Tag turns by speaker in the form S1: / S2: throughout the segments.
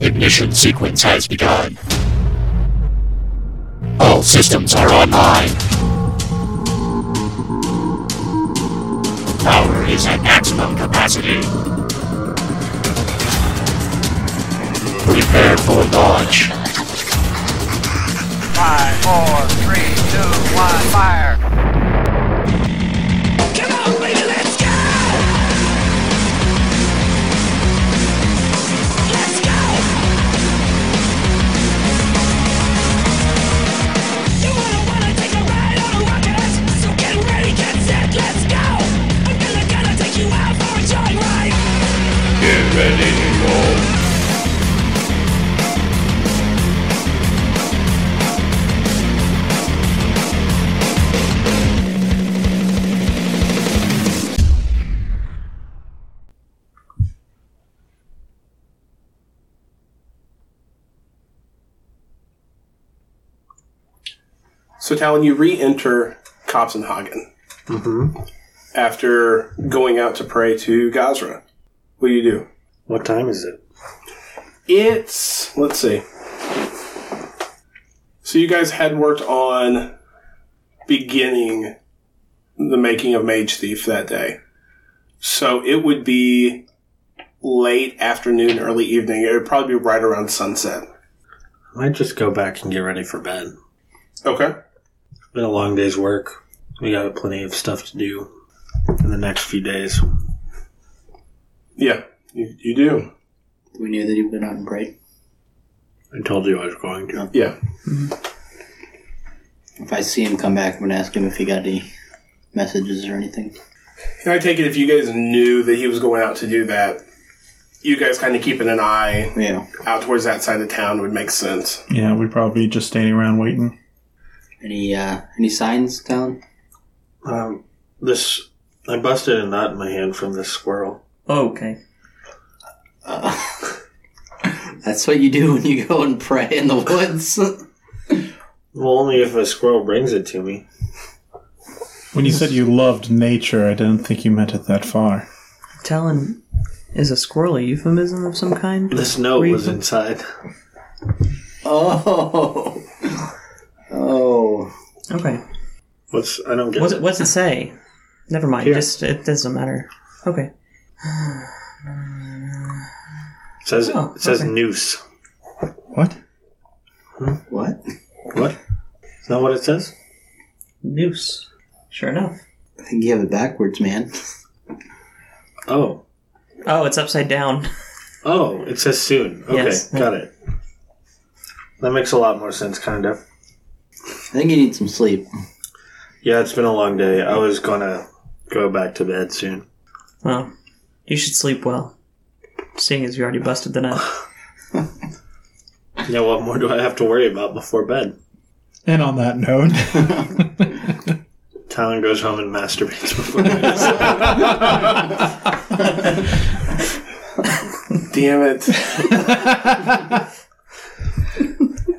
S1: Ignition sequence has begun. All systems are online. Power is at maximum capacity. Prepare for launch.
S2: Five, four, three, two, one, fire!
S3: Get ready to roll.
S4: So, Talon, you re-enter Copenhagen Mm-hmm. after going out to pray to Gazra. What do you do?
S5: What time is it?
S4: It's let's see. So you guys had worked on beginning the making of Mage Thief that day. So it would be late afternoon, early evening. It would probably be right around sunset.
S5: I might just go back and get ready for bed.
S4: Okay.
S5: Been a long day's work. We got plenty of stuff to do in the next few days.
S4: Yeah, you, you do.
S6: We knew that he went out and prayed.
S5: I told you I was going to.
S4: Yeah.
S6: If I see him come back, I'm gonna ask him if he got any messages or anything.
S4: And I take it if you guys knew that he was going out to do that, you guys kind of keeping an eye
S6: Yeah.
S4: out towards that side of town would make sense.
S7: Yeah, we'd probably be just standing around waiting.
S6: Any uh any signs down?
S5: Um, this I busted a knot in my hand from this squirrel.
S8: Oh, okay.
S6: Uh, that's what you do when you go and pray in the woods.
S5: Well, only if a squirrel brings it to me.
S7: When you said you loved nature, I didn't think you meant it that far.
S8: Talon is a squirrel a euphemism of some kind?
S5: This note was
S8: Reason.
S5: inside.
S6: oh. Oh.
S8: Okay.
S5: What's I don't get
S8: What's
S5: it.
S8: it, what's it say? Never mind.
S5: Here.
S8: Just it doesn't matter. Okay.
S5: It says
S8: Oh,
S5: it says
S8: okay.
S5: noose.
S7: What?
S6: What?
S5: What? Is that what it says?
S8: Noose. Sure enough.
S6: I think you have it backwards, man.
S5: Oh.
S8: Oh, it's upside down.
S5: Oh, it says soon. Okay,
S8: Yes.
S5: got it. That makes a lot more sense, kind of.
S6: I think you need some sleep.
S5: Yeah, it's been a long day. I was gonna go back to bed soon.
S8: Well, you should sleep well, seeing as you already busted the nut.
S5: Yeah, what more do I have to worry about before bed?
S7: And on that note,
S5: Talon goes home and masturbates before bed.
S4: Damn it.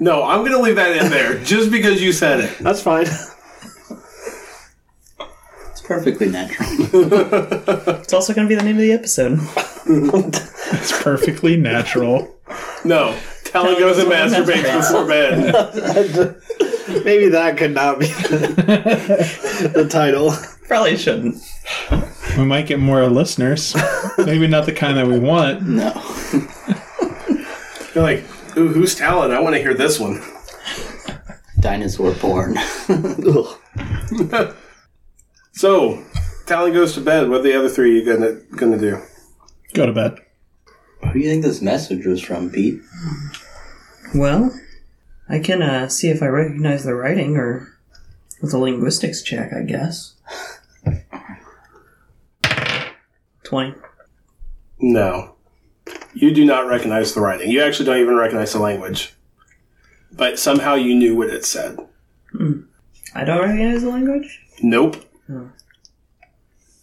S4: no, I'm going to leave that in there just because you said it.
S5: That's fine.
S6: It's perfectly natural.
S8: It's also going to be the name of the episode.
S7: it's perfectly natural.
S4: No. Talon goes and masturbates before bed.
S5: Maybe that could not be the, the title.
S8: Probably shouldn't.
S7: We might get more listeners. Maybe not the kind that we want.
S6: No.
S4: You're like, Ooh, who's Talon? I want to hear this one.
S6: Dinosaur porn.
S5: Ugh.
S4: So, Talon goes to bed. What are the other three you gonna gonna do?
S7: Go to bed.
S6: Who do you think this message was from, Pete?
S8: Well, I can uh, see if I recognize the writing or with a linguistics check, I guess. 20.
S4: No. You do not recognize the writing. You actually don't even recognize the language. But somehow you knew what it said.
S8: I don't recognize the language?
S4: Nope.
S8: Hmm.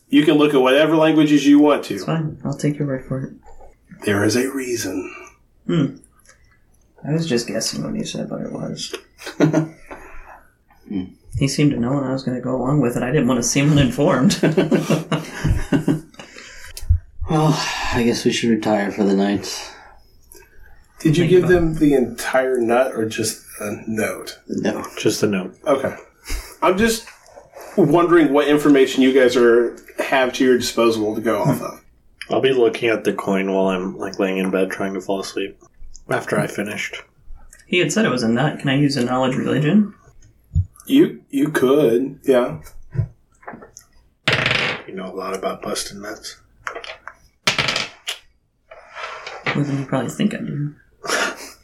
S4: You can look at whatever languages you want
S8: It's
S4: to.
S8: fine. I'll take your word for it.
S4: There is a reason.
S8: I was just guessing when you said what it was. he seemed to know and I was going to go along with it. I didn't want to seem uninformed.
S6: Well, I guess we should retire for the night.
S4: Did you
S8: Think
S4: give
S8: about
S4: them the entire nut or just a note?
S6: No.
S9: Just a note.
S4: Okay. I'm just wondering what information you guys are have to your disposal to go off of.
S9: I'll be looking at the coin while I'm like laying in bed trying to fall asleep. After I finished.
S8: He had said it was a nut. Can I use a knowledge religion?
S4: You you could, yeah.
S9: You know a lot about busting nuts.
S8: More than you probably think I do. That's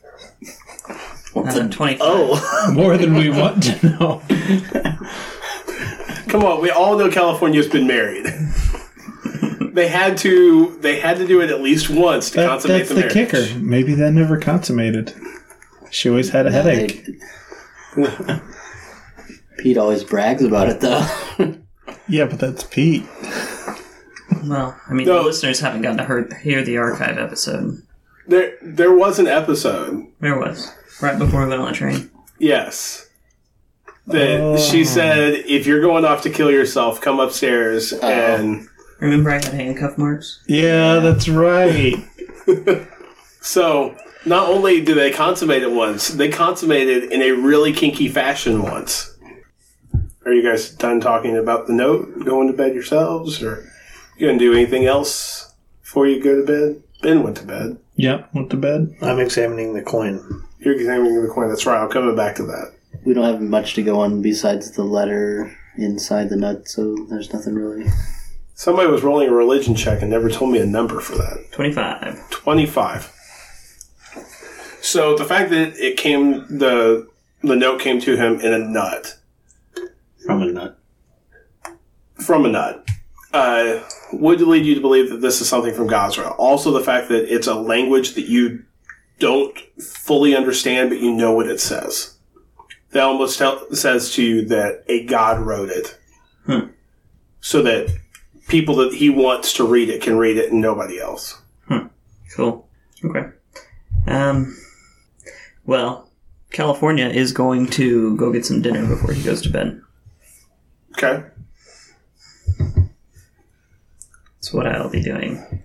S8: a
S6: What's
S8: 25.
S9: Oh
S7: More than we want to know.
S4: Come on, we all know California's been married. they had to they had to do it at least once to
S7: That,
S4: consummate
S7: that's
S4: the,
S7: the
S4: marriage.
S7: kicker. Maybe that never consummated. She always had a headache.
S6: Pete always brags about it, though.
S7: Yeah, but that's Pete.
S8: Well, I mean,
S4: No.
S8: the listeners haven't gotten to hear, hear the archive episode.
S4: There there was an episode,
S8: There was. Right before we went on the train.
S4: yes. That she said, if you're going off to kill yourself, come upstairs and
S8: Remember I had handcuff marks?
S7: Yeah, that's right.
S4: So not only did they consummate it once, they consummated in a really kinky fashion once. Are you guys done talking about the note, going to bed yourselves, or you gonna do anything else before you go to bed? Ben went to bed.
S7: Yep, went to bed.
S9: I'm examining the coin.
S4: You're examining the coin. That's right. I'm coming back to that.
S6: we don't have much to go on besides the letter inside the nut, so there's nothing really.
S4: Somebody was rolling a religion check and never told me a number for that.
S8: 25.
S4: 25. So the fact that it came the the note came to him in a nut
S9: From a nut.
S4: from a nut uh, would lead you to believe that this is something from Gazra. Also, the fact that it's a language that you don't fully understand, but you know what it says. That almost tell- says to you that a god wrote it,
S8: Hmm.
S4: so that people that he wants to read it can read it, and nobody else.
S8: Cool. Okay. Um, well, California is going to go get some dinner before he goes to bed.
S4: Okay.
S8: That's what I'll be doing.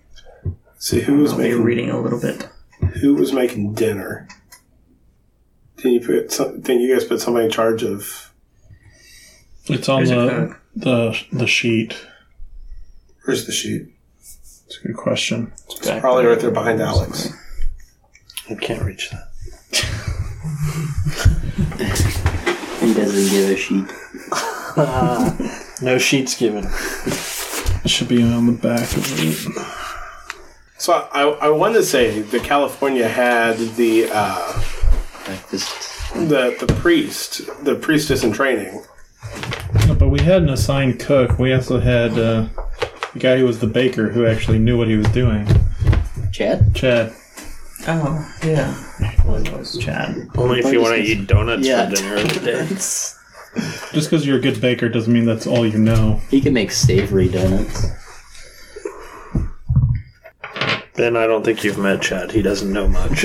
S4: See who was
S8: I'll be
S4: making
S8: reading a little bit.
S4: who was making dinner. Didn't you put? Some, didn't you guys put somebody in charge of?
S7: It's on
S8: There's a
S7: the,
S8: cook.
S7: the the sheet.
S4: Where's the sheet?
S7: It's a good question.
S4: Probably right there behind Alex.
S9: I can't reach that.
S6: He doesn't give a sheet.
S9: No sheets given.
S7: It should be on the back of it.
S4: So I, I want to say that California had the uh,
S6: Like this.
S4: the the priest, the priestess in training.
S7: No, But we had an assigned cook. We also had uh, the guy who was the baker who actually knew what he was doing.
S6: Chad?
S7: Chad.
S8: Oh, yeah. Well, it was Chad.
S9: Only if you want to eat donuts
S6: Yeah.
S9: for dinner every day.
S7: Just because you're a good baker doesn't mean that's all you know.
S6: He can make savory donuts.
S9: Ben, I don't think you've met Chad. He doesn't know much.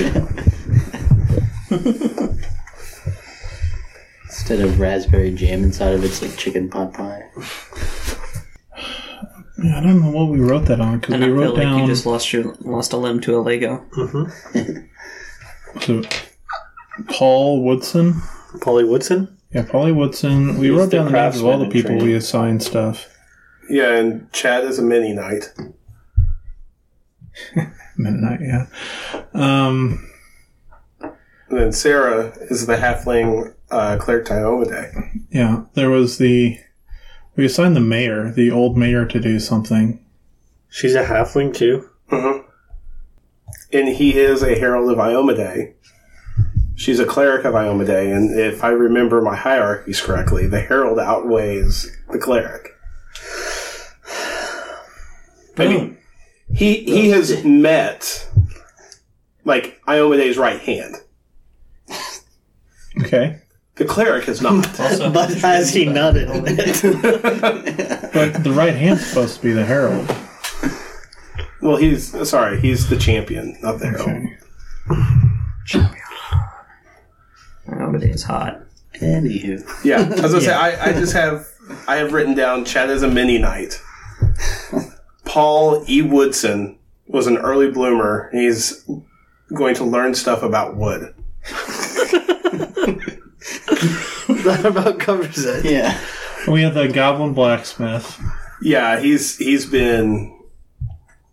S6: Instead of raspberry jam inside of it, it's like chicken pot pie.
S7: Yeah, I don't know what we wrote that on because
S8: And
S7: we
S8: I feel
S7: wrote
S8: like
S7: down.
S8: you just lost your lost a limb to a Lego.
S7: So, Paul Woodson.
S9: Polly Woodson?
S7: Yeah, Polly Woodson. We
S9: He's
S7: wrote
S9: the
S7: down the names of all
S9: craftsman
S7: the
S9: in
S7: people we
S9: training.
S7: assigned stuff.
S4: Yeah, and Chad is a mini knight.
S7: Midnight, yeah. Um,
S4: And then Sarah is the halfling uh, cleric Diomedae.
S7: yeah, there was the. We assigned the mayor, the old mayor, to do something.
S9: She's a halfling too.
S4: And he is a herald of Iomedae. She's a cleric of Iomedae, and if I remember my hierarchies correctly, the herald outweighs the cleric. I mean, He he has met like Iomede's right hand.
S7: Okay,
S4: The cleric has not.
S8: Also,
S6: But has he nutted
S7: but the right hand's supposed to be the herald.
S4: well, he's sorry, he's the champion, not the herald.
S7: Okay.
S8: Nobody Oh, is hot.
S6: Anywho.
S4: Yeah, I was gonna say I, I just have I have written down Chad is a mini knight. Paul E. Woodson was an early bloomer. He's going to learn stuff about wood.
S5: That about covers it.
S6: Yeah.
S7: We have the goblin blacksmith.
S4: Yeah, he's he's been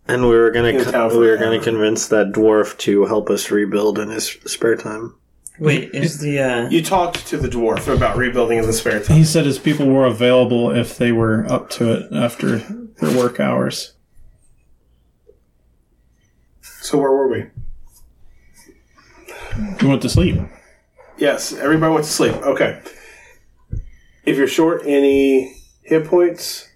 S5: And we were gonna
S4: In town
S5: co- we were gonna
S4: forever.
S5: convince that dwarf to help us rebuild in his spare time.
S8: Wait, is the uh,
S4: you talked to the dwarf about rebuilding in the spare time.
S7: He said his people were available if they were up to it after their work hours.
S4: So where were we?
S7: You went to sleep.
S4: Yes, everybody went to sleep. Okay. If you're short any hit points,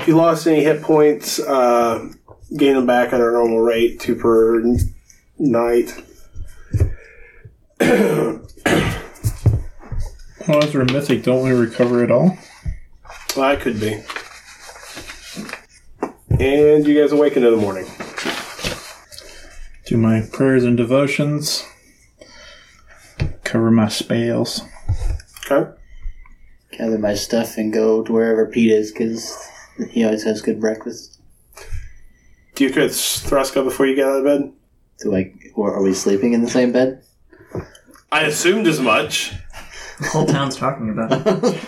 S4: if you lost any hit points, uh, gain them back at our normal rate, two per n- night.
S7: Well, as we're mythic, don't we recover it all?
S4: Well, I could be. And you guys awaken in the morning.
S7: Do my prayers and devotions. Cover my spells.
S4: Okay.
S6: Gather my stuff and go to wherever Pete is because he always has good breakfast.
S4: Do you could Thruska before you get out of bed?
S6: Do I, or are we sleeping in the same bed?
S4: I assumed as much.
S8: whole town's talking about? It.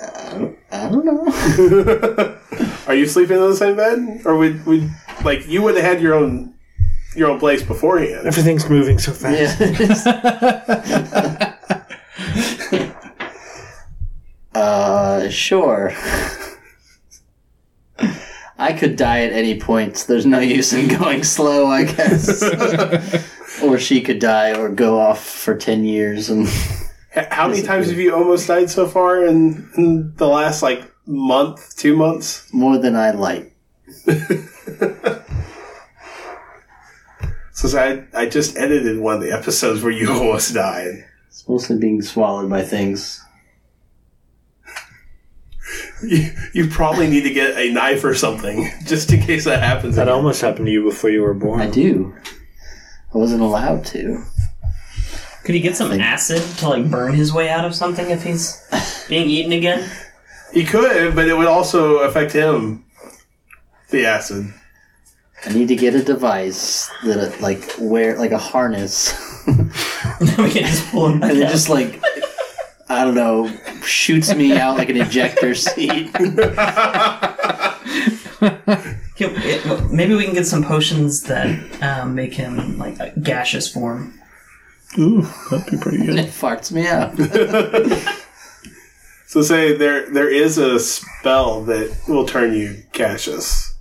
S6: I don't know.
S4: Are you sleeping in the same bed, or would would like you would have had your own your own place beforehand?
S5: Everything's moving so fast.
S6: Yeah. uh, sure. I could die at any point. so There's no use in going slow, I guess. or she could die or go off for 10 years and
S4: H- How many times have you almost died so far in, in the last like month, two months?
S6: more than I like.
S4: Since I I just edited one of the episodes where you almost died.
S6: It's mostly being swallowed by things.
S4: You, you probably need to get a knife or something just in case that happens.
S5: That
S4: again.
S5: almost happened to you before you were born.
S6: I do. I wasn't allowed to.
S8: Could he get some acid to like burn his way out of something if he's being eaten again?
S4: He could, but it would also affect him. The acid.
S6: I need to get a device that, it, like, wear, like a harness.
S8: we can just pull him. Back
S6: and it
S8: out.
S6: just like I don't know, shoots me out like an ejector seat.
S8: Yeah, it- maybe we can get some potions that um, make him like a gaseous form.
S7: Ooh, that'd be pretty
S6: and
S7: good.
S6: it farts me out.
S4: So say there there is a spell that will turn you Cassius.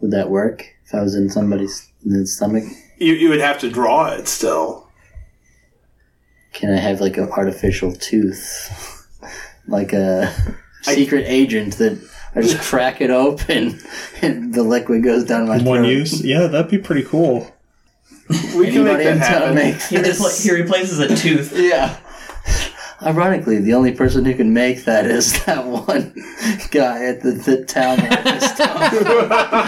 S6: Would that work if I was in somebody's in their stomach?
S4: You you would have to draw it still.
S6: Can I have like an artificial tooth, like a secret agent that I just crack it open and the liquid goes down my
S7: One
S6: throat?
S7: use? Yeah, that'd be pretty cool.
S4: We can make
S6: Anybody
S4: that
S6: in
S4: happen.
S6: town make
S8: He, repl-
S6: this?
S8: he replaces a tooth.
S6: Yeah. Ironically, the only person who can make that is that one guy at the, the town office.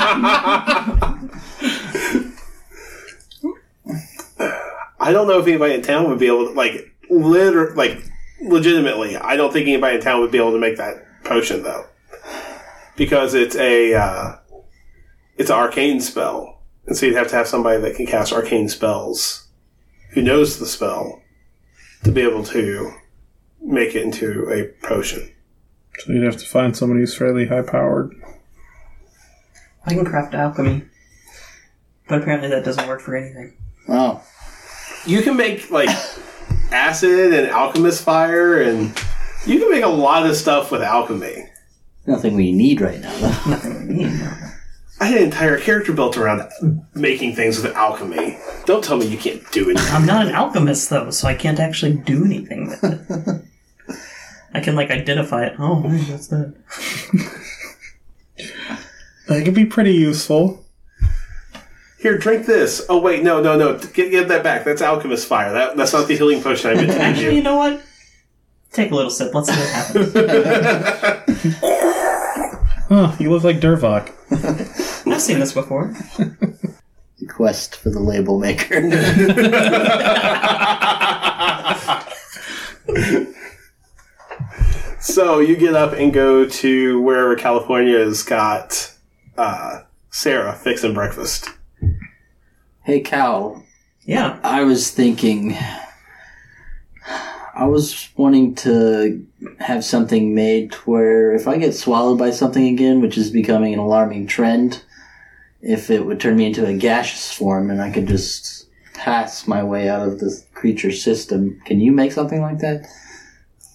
S4: I don't know if anybody in town would be able to like liter like legitimately. I don't think anybody in town would be able to make that potion though, because it's a uh, it's an arcane spell, and so you'd have to have somebody that can cast arcane spells who knows the spell to be able to make it into a potion.
S7: So you'd have to find somebody who's fairly high powered.
S8: I can craft alchemy, but apparently that doesn't work for anything.
S6: Oh,
S4: You can make like acid and alchemist fire, and you can make a lot of stuff with alchemy.
S6: nothing we need right now, though.
S4: I had an entire character built around making things with alchemy. Don't tell me you can't do it.
S8: I'm not an alchemist though, so I can't actually do anything with it. I can like identify it. Oh, hey, that's that.
S7: That could be pretty useful.
S4: Here, drink this. Oh wait, no, no, no. Get, get that back. That's alchemist fire. That, that's not the healing potion I meant to give
S8: Actually,
S4: you.
S8: you know what? Take a little sip. Let's see what happens.
S7: Huh, you look like Durvok.
S8: I've seen this before.
S6: The quest for the label maker.
S4: So you get up and go to wherever California's got uh, Sarah fixing breakfast.
S6: Hey, Cal,
S8: Yeah.
S6: I was thinking. I was wanting to have something made to where if I get swallowed by something again, which is becoming an alarming trend, if it would turn me into a gaseous form and I could just pass my way out of this creature system. Can you make something like that?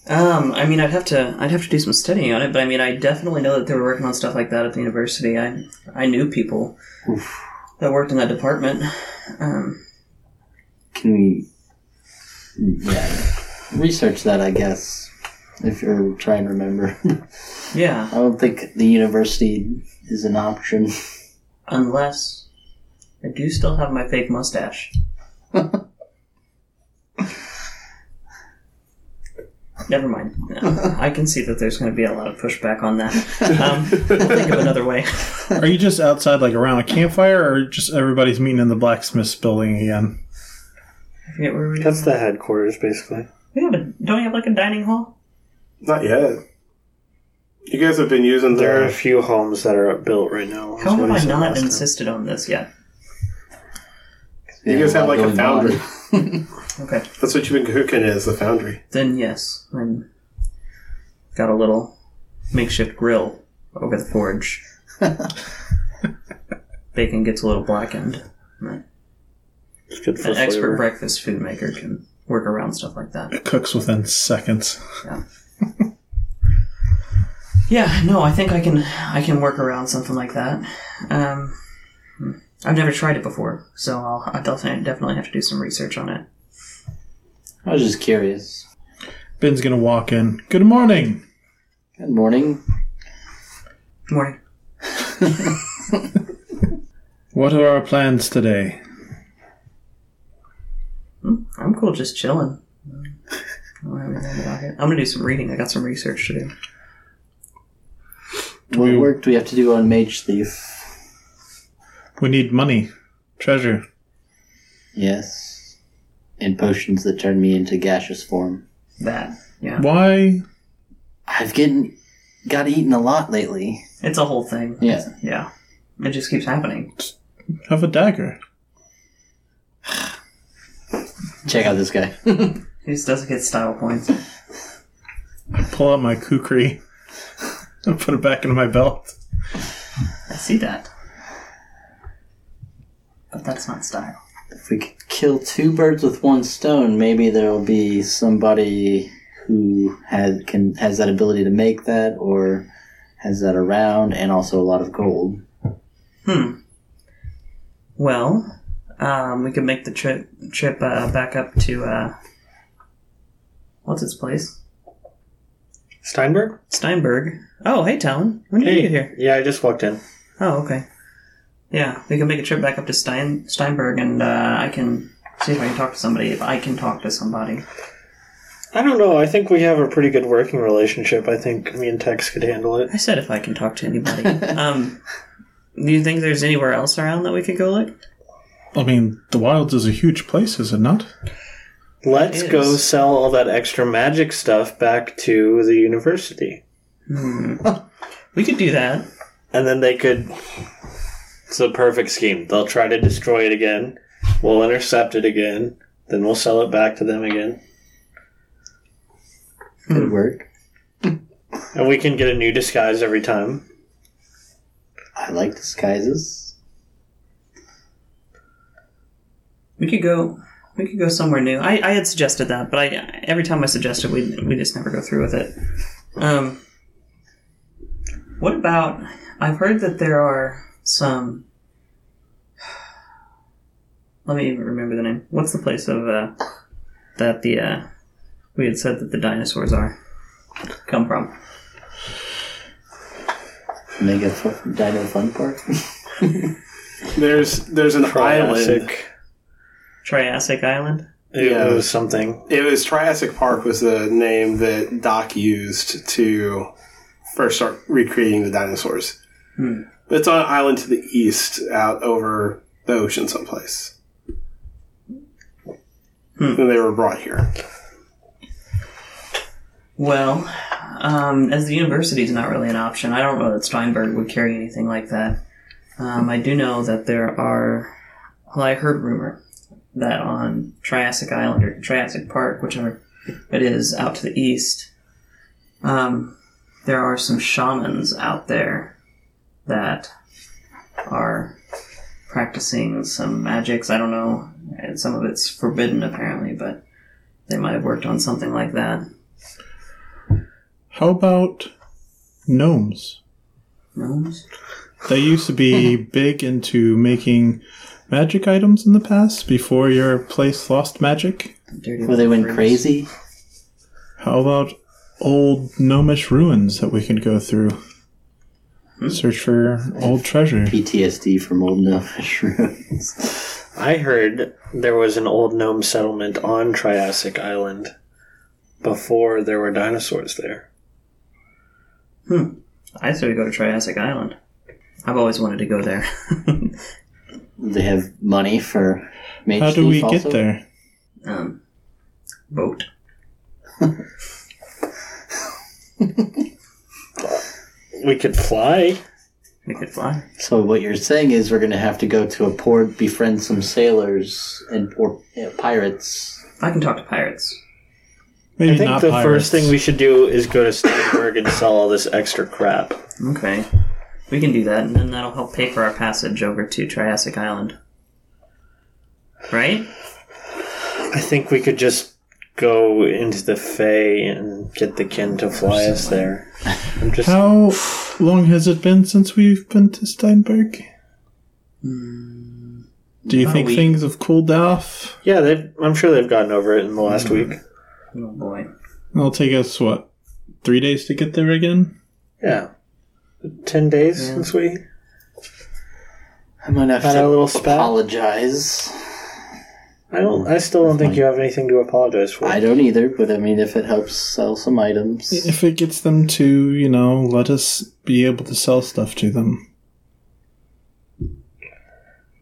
S8: Um, I mean, I'd have to, I'd have to do some studying on it, but I mean, I definitely know that they were working on stuff like that at the university. I, I knew people that worked in that department. Um,
S6: Can we? Yeah, research that, I guess. If you're trying to remember,
S8: yeah.
S6: I don't think the university is an option.
S8: Unless I do still have my fake mustache. Never mind. No, I can see that there's going to be a lot of pushback on that. Um, I'll think of another way.
S7: Are you just outside, like around a campfire, or just everybody's meeting in the blacksmith's building again?
S8: I forget where we
S5: That's the headquarters, basically.
S8: We have a, don't we have like a dining hall?
S4: Not yet. You guys have been using
S5: There are a
S4: their.
S5: few homes that are built right now.
S8: How
S5: is what he
S8: have I
S5: said
S8: not
S5: last time.
S8: insisted on this yet?
S4: You guys have like a
S6: Going
S4: foundry.
S6: on.
S8: Okay.
S4: That's what you've been cooking is the foundry.
S8: Then yes, I'm got a little makeshift grill over the forge. Bacon gets a little blackened. Right.
S5: It's good for
S8: an expert
S5: flavor.
S8: breakfast food maker can work around stuff like that.
S7: Cooks within seconds.
S8: Yeah, no, I think I can I can work around something like that. Um, I've never tried it before, so I'll, I'll definitely definitely have to do some research on it.
S6: I was just curious.
S7: Ben's gonna walk in. Good morning.
S6: Good morning.
S8: Morning.
S7: What are our plans today?
S8: I'm cool, just chilling.
S5: Mm.
S8: I don't have anything about it. I'm gonna do some reading. I got some research to do.
S6: What
S7: We-
S6: work do we have to do on Mage Thief?
S7: We need money, treasure.
S6: Yes. And potions that turn me into gaseous form.
S8: That yeah,
S7: Why?
S6: I've getting got eaten a lot lately.
S8: it's a whole thing.
S6: Yeah.
S8: Yeah, it just keeps happening.
S7: Have a dagger.
S6: Check out this guy.
S8: He just doesn't get style points.
S7: Pull out my kukri and put it back into my belt.
S8: I see that, but that's not style.
S6: if we could kill two birds with one stone, maybe there'll be somebody who has can has that ability to make that or has that around and also a lot of gold.
S8: Hmm. Well, um, we could make the trip trip uh, back up to uh, what's its place?
S5: Steinberg?
S8: Steinberg. Oh, hey, Talon. When did you get here?
S5: Yeah, I just walked in.
S8: Oh, okay. Yeah, we can make a trip back up to Stein Steinberg, and uh, I can see if I can talk to somebody. If I can talk to somebody.
S5: I don't know. I think we have a pretty good working relationship. I think me and Tex could handle it.
S8: I said if I can talk to anybody. um, do you think there's anywhere else around that we could go look?
S7: I mean, the wilds is a huge place, is it not?
S5: Let's
S8: It
S5: go
S8: is.
S5: sell all that extra magic stuff back to the university.
S8: We could do that.
S5: And then they could. It's a perfect scheme. They'll try to destroy it again. We'll intercept it again. Then we'll sell it back to them again.
S6: Good work.
S5: And we can get a new disguise every time.
S6: I like disguises.
S8: We could go. We could go somewhere new. I, I had suggested that, but I every time I suggested, we we just never go through with it. Um, what about? I've heard that there are some. Let me remember the name. What's the place of uh, that the uh, we had said that the dinosaurs are come from?
S6: Mega fu- Dino Fun Park.
S4: There's there's an island.
S5: Triassic.
S8: Triassic Island.
S5: It
S4: Yeah.
S5: was something.
S4: It was Triassic Park was the name that Doc used to first start recreating the dinosaurs. But it's on an island to the east, out over the ocean someplace. And they were brought here.
S8: Well, um, as the university is not really an option, I don't know that Steinberg would carry anything like that. Um, I do know that there are. Well, I heard rumor that on Triassic Island or Triassic Park, whichever it is, out to the east, um, there are some shamans out there that are practicing some magics. I don't know. and Some of it's forbidden, apparently, but they might have worked on something like that.
S7: How about gnomes?
S8: Gnomes?
S7: They used to be big into making magic items in the past before your place lost magic.
S8: Dirty
S6: Where they went
S8: freaks.
S6: crazy.
S7: How about old gnomish ruins that we can go through? Search for old treasure.
S6: PTSD from old enough shrooms.
S5: I heard there was an old gnome settlement on Triassic Island before there were dinosaurs there.
S8: I say we go to Triassic Island. I've always wanted to go there.
S6: They have money for mage
S7: How do
S6: thief
S7: we
S6: also?
S7: get there?
S8: um, boat.
S5: We could fly.
S8: We could fly.
S6: So what you're saying is we're going to have to go to a port, befriend some sailors and or uh, pirates.
S8: I can talk to pirates.
S7: Maybe
S5: I think
S7: not
S5: the
S7: pirates.
S5: first thing we should do is go to Steinberg and sell all this extra crap.
S8: Okay. We can do that, and then that'll help pay for our passage over to Triassic Island. Right?
S5: I think we could just go into the Fey and get the kin to fly us there. I'm just
S7: How long has it been since we've been to Steinberg?
S5: Hmm,
S7: Do you
S8: about a
S7: think
S8: week.
S7: things have cooled off?
S5: yeah. They've, I'm sure they've gotten over it in the last week.
S8: Oh boy.
S7: It'll take us what three days to get there again.
S5: Yeah, ten days since we
S6: I might have
S5: had
S6: to
S5: our little spat.
S6: apologize.
S5: I don't. I still don't think you have anything to apologize for.
S6: I don't either, but I mean, if it helps sell some items,
S7: If it gets them to, you know, let us be able to sell stuff to them.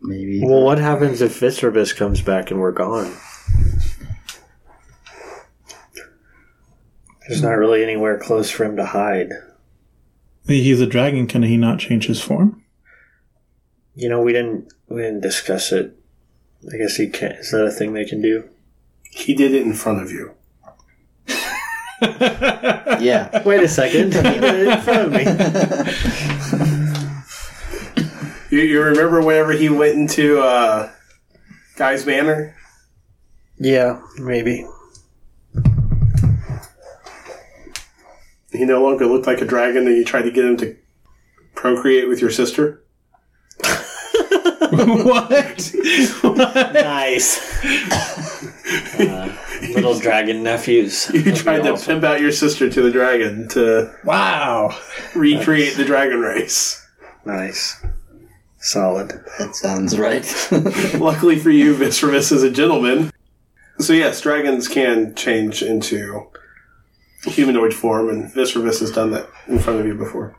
S6: maybe.
S5: Well, what happens if Viscerbus comes back and we're gone? There's not really anywhere close for him to hide.
S7: He's a dragon. Can he not change his form?
S5: You know, we didn't we didn't discuss it. I guess he can't. Is that a thing they can do?
S4: He did it in front of you.
S6: yeah,
S5: Wait a second. He did it in front of me.
S4: You, you remember whenever he went into uh, Guy's Manor?
S5: Yeah, maybe.
S4: He no longer looked like a dragon, and you tried to get him to procreate with your sister.
S7: what?
S5: Nice. Uh, little dragon nephews.
S4: You tried to pimp out your sister to the dragon to
S7: Wow.
S4: recreate the dragon race.
S5: Nice. Solid.
S6: that sounds right.
S4: Luckily for you, Viscerus is a gentleman. So yes, dragons can change into humanoid form, and Viscerus has done that in front of you before.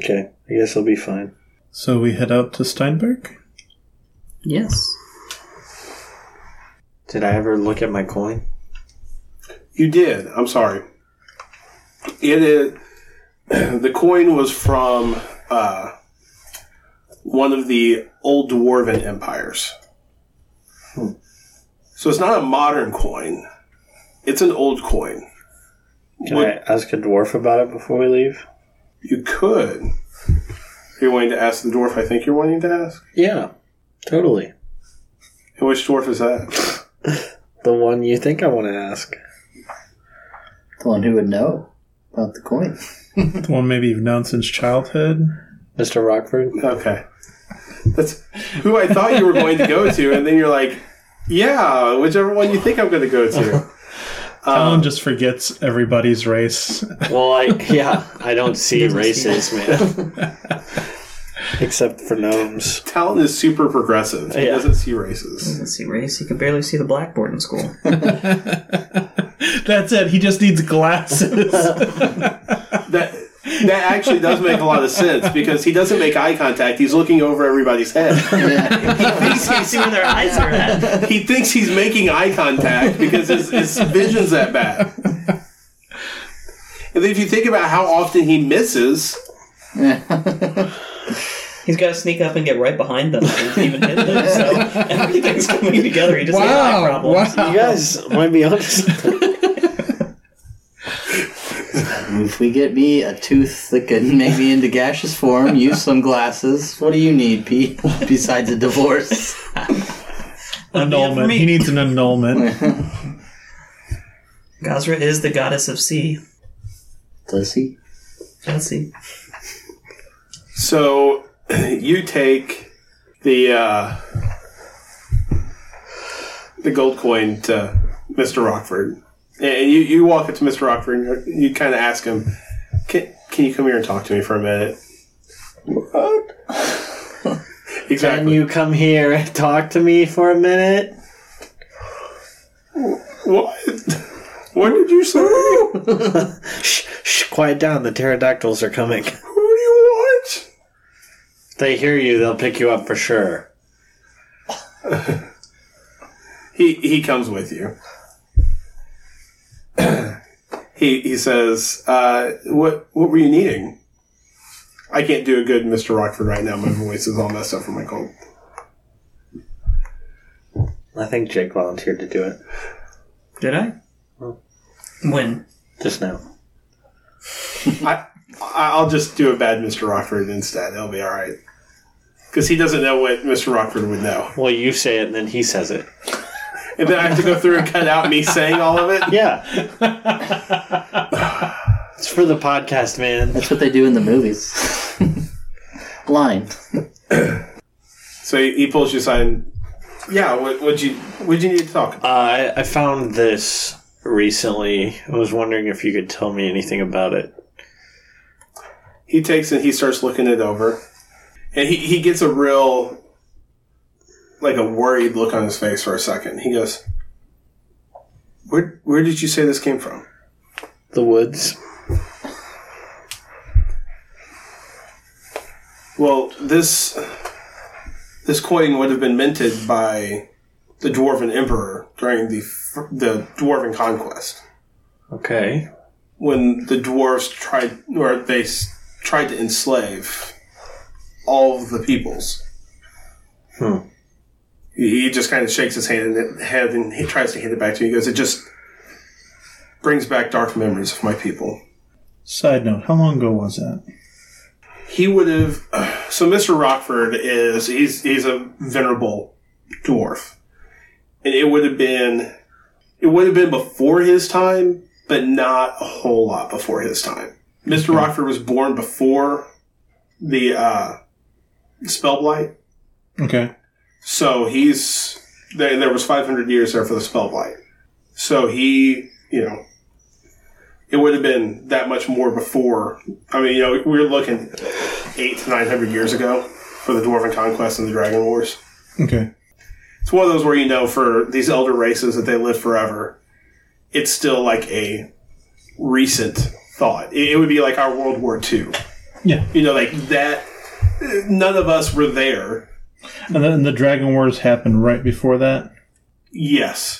S5: Okay. I guess I'll be fine.
S7: So we head out to Steinberg.
S8: Yes.
S5: Did I ever look at my coin?
S4: You did. I'm sorry. It is the coin was from uh, one of the old dwarven empires. So it's not a modern coin. It's an old coin.
S5: Can
S4: Would-
S5: I ask a dwarf about it before we leave?
S4: You could. You're wanting to ask the dwarf. I think you're wanting to ask.
S5: Yeah, totally.
S4: And which dwarf is that?
S5: The one you think I want to ask.
S6: the one who would know about the coin.
S7: The one maybe you've known since childhood.
S5: Mr. Rockford?
S4: Okay, that's who I thought you were going to go to, and then you're like, yeah, whichever one you think I'm going to go to.
S7: Alan just forgets everybody's race.
S5: Well, I, yeah, I don't see races, man. Except for gnomes.
S4: Talon is super progressive. He
S5: Yeah.
S4: doesn't see races.
S8: Let's see, race. He could barely see the blackboard in school.
S7: That's it. He just needs glasses.
S4: That that actually does make a lot of sense because he doesn't make eye contact. He's looking over everybody's head.
S8: see where their eyes are at.
S4: He thinks he's making eye contact because his, his vision's that bad. And if you think about how often he misses,
S8: He's got to sneak up and get right behind them and even hit them. So everything's coming together. He just wow. has eye
S10: Wow!
S8: problems.
S10: Wow!
S5: You guys might be onto something.
S6: If we get me a tooth that could make me into gaseous form, use some glasses. What do you need, Pete? Besides a divorce,
S7: annulment. He needs an annulment.
S8: Gazra is the goddess of sea.
S6: does he?
S8: Let's see.
S4: So you take the uh, the gold coin to Mr. Rockford, and you, you walk up to Mr. Rockford. and you you kind of ask him, can, "Can you come here and talk to me for a minute?" What?
S5: Can
S4: exactly.
S5: you come here and talk to me for a minute?
S4: what? What did you say? Who
S5: Shh, shh, quiet down. The pterodactyls are coming.
S4: do you want?
S5: They hear you, they'll pick you up for sure.
S4: He he comes with you. he he says, uh, "What what were you needing?" I can't do a good Mr. Rockford right now. My voice is all messed up from my cold.
S5: I think Jake volunteered to do it
S8: Did I? When?
S5: just now.
S4: I I- I'll just do a bad Mr. Rockford instead. It'll be all right because he doesn't know what Mr. Rockford would know,
S5: Well, you say it and then he says it.
S4: and then I have to go through and cut out me saying all of it.
S5: Yeah. it's for the podcast, man.
S6: That's what they do in the movies. Blind.
S4: So he, he pulls you aside. And, yeah, what would you would you need to talk? about?
S5: Uh, I found this recently. I was wondering if you could tell me anything about it.
S4: he takes and he starts looking it over and he, he gets a real like a worried look on his face for a second he goes where, where did you say this came from
S5: The woods.
S4: well this this coin would have been minted by the dwarven emperor during the fir- the dwarven conquest
S5: Okay.
S4: when the dwarves tried or they s- tried to enslave all of the peoples.
S5: Hmm.
S4: He, he just kind of shakes his hand and, head and he tries to hand it back to you. He goes, "It just brings back dark memories of my people."
S7: Side note: How long ago was that?
S4: He would have. So Mr. Rockford is he's he's a venerable dwarf, and it would have been it would have been before his time, but not a whole lot before his time. Mr. Rockford was born before the uh, spell blight,
S7: Okay.
S4: so he's there. There was 500 years there for the spell blight, so he you know. It would have been that much more before. I mean, you know, we're looking eight to nine hundred years ago for the Dwarven Conquest and the Dragon Wars.
S7: Okay.
S4: It's one of those where you know for these elder races that they live forever, it's still like a recent thought. It, it would be like our World War II.
S7: Yeah.
S4: You know, like that. None of us were there.
S7: And then the Dragon Wars happened right before that.
S4: Yes.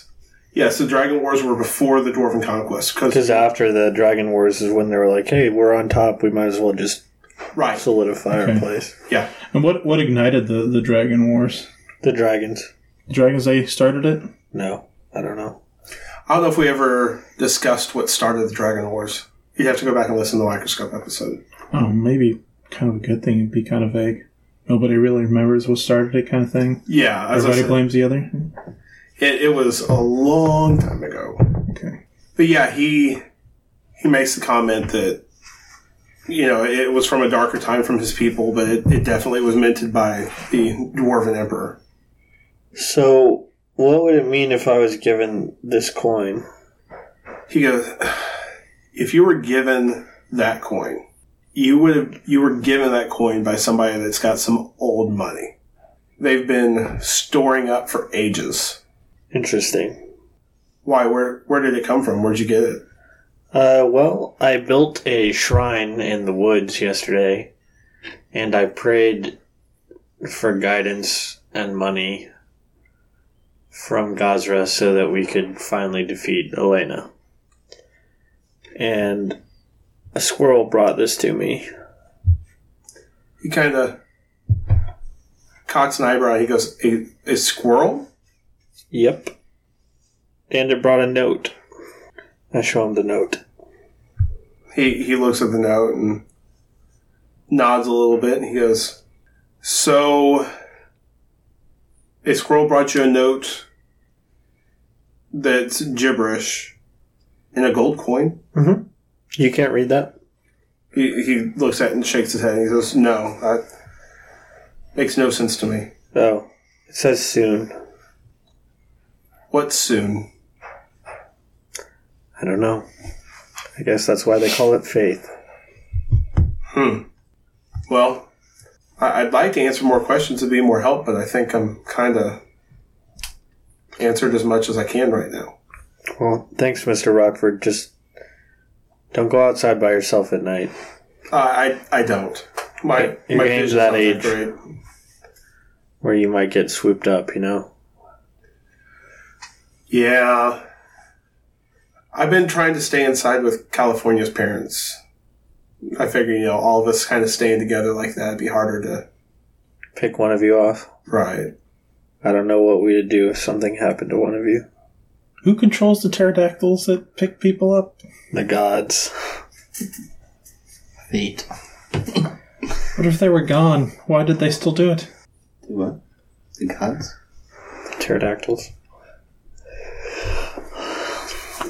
S4: Yes, the Dragon Wars were before the Dwarven Conquest. Because
S5: Because after the Dragon Wars is when they were like, hey, we're on top. We might as well just
S4: right,
S5: solidify
S7: Okay.
S5: our place.
S4: yeah,
S7: And what what ignited the the Dragon Wars?
S5: The dragons.
S7: Dragons they started it.
S5: No. I don't know.
S4: I don't know if we ever discussed what started the Dragon Wars. You'd have to go back and listen to the microscope episode.
S7: Oh, maybe kind of a good thing. It'd be kind of vague. Nobody really remembers what started it, kind of thing.
S4: Yeah, as I
S7: Everybody
S4: said.
S7: blames the other.
S4: It, it was a long time ago.
S7: Okay.
S4: But yeah, he he makes the comment that you know it was from a darker time from his people, but it, it definitely was minted by the dwarven emperor.
S5: So, what would it mean if I was given this coin?
S4: He goes, if you were given that coin, you would have you were given that coin by somebody that's got some old money. They've been storing up for ages.
S5: Interesting.
S4: Why? Where where did it come from? Where'd you get it?
S5: Uh, well, I built a shrine in the woods yesterday, and I prayed for guidance and money from Gazra so that we could finally defeat Elena. And a squirrel brought this to me.
S4: He kind of cocks an eyebrow. He goes, a, a squirrel?
S5: Yep. And it brought a note. I show him the note.
S4: He he looks at the note and nods a little bit, and he goes, "So, a squirrel brought you a note that's gibberish and a gold coin."
S5: You can't read that?
S4: He he looks at it and shakes his head. And he goes, "No, that makes no sense to me.
S5: Oh. It says soon.
S4: What soon?"
S5: I don't know. I guess that's why they call it faith.
S4: Well, I- I'd like to answer more questions and be more help, but I think I'm kind of answered as much as I can right now.
S5: Well, thanks, Mr. Rockford. Just don't go outside by yourself at night.
S4: Uh, I I don't. My
S5: Your
S4: my vision's
S5: game's that
S4: not
S5: age.
S4: great.
S5: Where you might get swooped up, you know?
S4: Yeah, I've been trying to stay inside with California's parents. I figure you know all of us kind of staying together like that would be harder to
S5: Pick one of you off.
S4: right.
S5: I don't know what we'd do if something happened to one of you.
S7: Who controls the pterodactyls that pick people up?
S5: The gods.
S6: Fate.
S7: What if they were gone? Why did they still do it?
S6: What? The gods?
S5: Pterodactyls.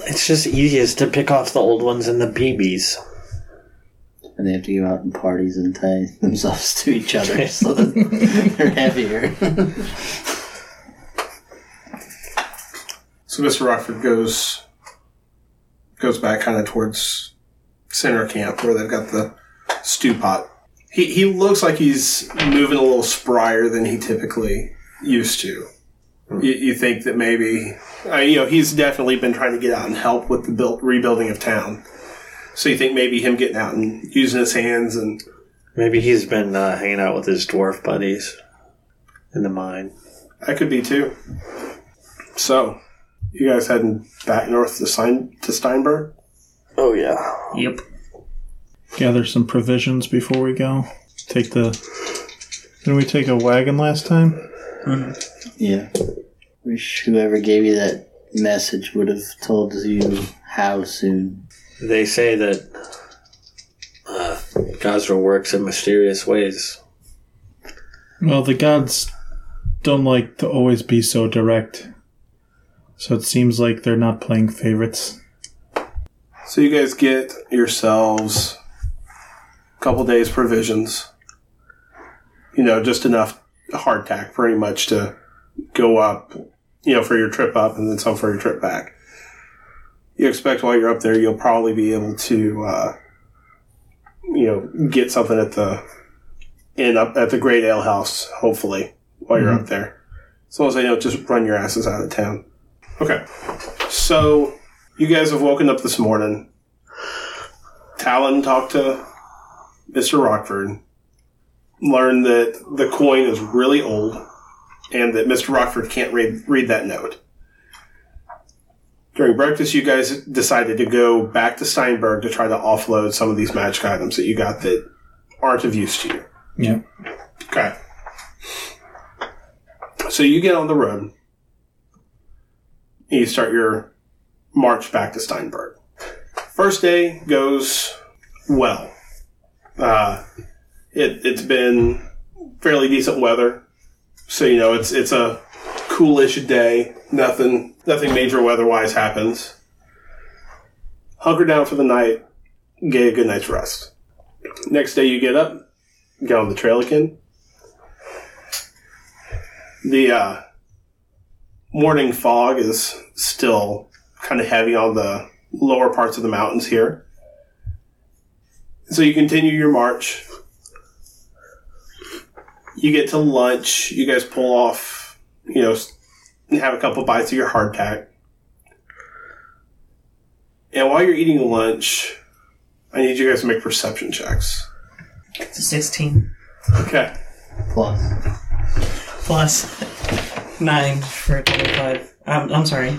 S5: It's just easiest to pick off the old ones and the BBs.
S6: And they have to go out in parties and tie themselves to each other so that they're heavier.
S4: So Mr. Rockford goes goes back kind of towards center camp where they've got the stew pot. He he looks like he's moving a little sprier than he typically used to. You, you think that maybe I you know he's definitely been trying to get out and help with the built rebuilding of town. So you think maybe him getting out and using his hands and
S5: Maybe he's been uh, hanging out with his dwarf buddies in the mine.
S4: that could be too. So you guys heading back north to Stein, to Steinberg?
S5: Oh yeah.
S8: Yep.
S7: Gather some provisions before we go. Take the. Didn't we take a wagon last time?
S6: yeah. Wish whoever gave you that message would have told you how soon.
S5: They say that uh, Gazra works in mysterious ways.
S7: Well, the gods don't like to always be so direct. So it seems like they're not playing favorites.
S4: So you guys get yourselves a couple days provisions. You know, just enough hardtack pretty much to go up, you know, for your trip up and then some for your trip back. You expect while you're up there, you'll probably be able to, uh, you know, get something at the inn up at the Great Ale House, hopefully, while you're up there. As long as they don't just run your asses out of town. Okay. So you guys have woken up this morning. Talon talked to Mr. Rockford, learned that the coin is really old, and that Mr. Rockford can't read, read that note. During breakfast, you guys decided to go back to Steinberg to try to offload some of these magic items that you got that aren't of use to you.
S7: Yeah.
S4: Okay. So you get on the road, and you start your march back to Steinberg. First day goes well. Uh, it, it's been fairly decent weather, so you know it's it's a coolish day. Nothing nothing major weather wise happens. Hunker down for the night, get a good night's rest. Next day you get up, get on the trail again. The uh, morning fog is still kind of heavy on the lower parts of the mountains here. So you continue your march. You get to lunch. You guys pull off, you know, s- and have a couple bites of your hardtack. And while you're eating lunch, I need you guys to make perception checks.
S8: It's a 16.
S4: Okay.
S6: Plus.
S8: Plus 9 for a 25. Um, I'm sorry.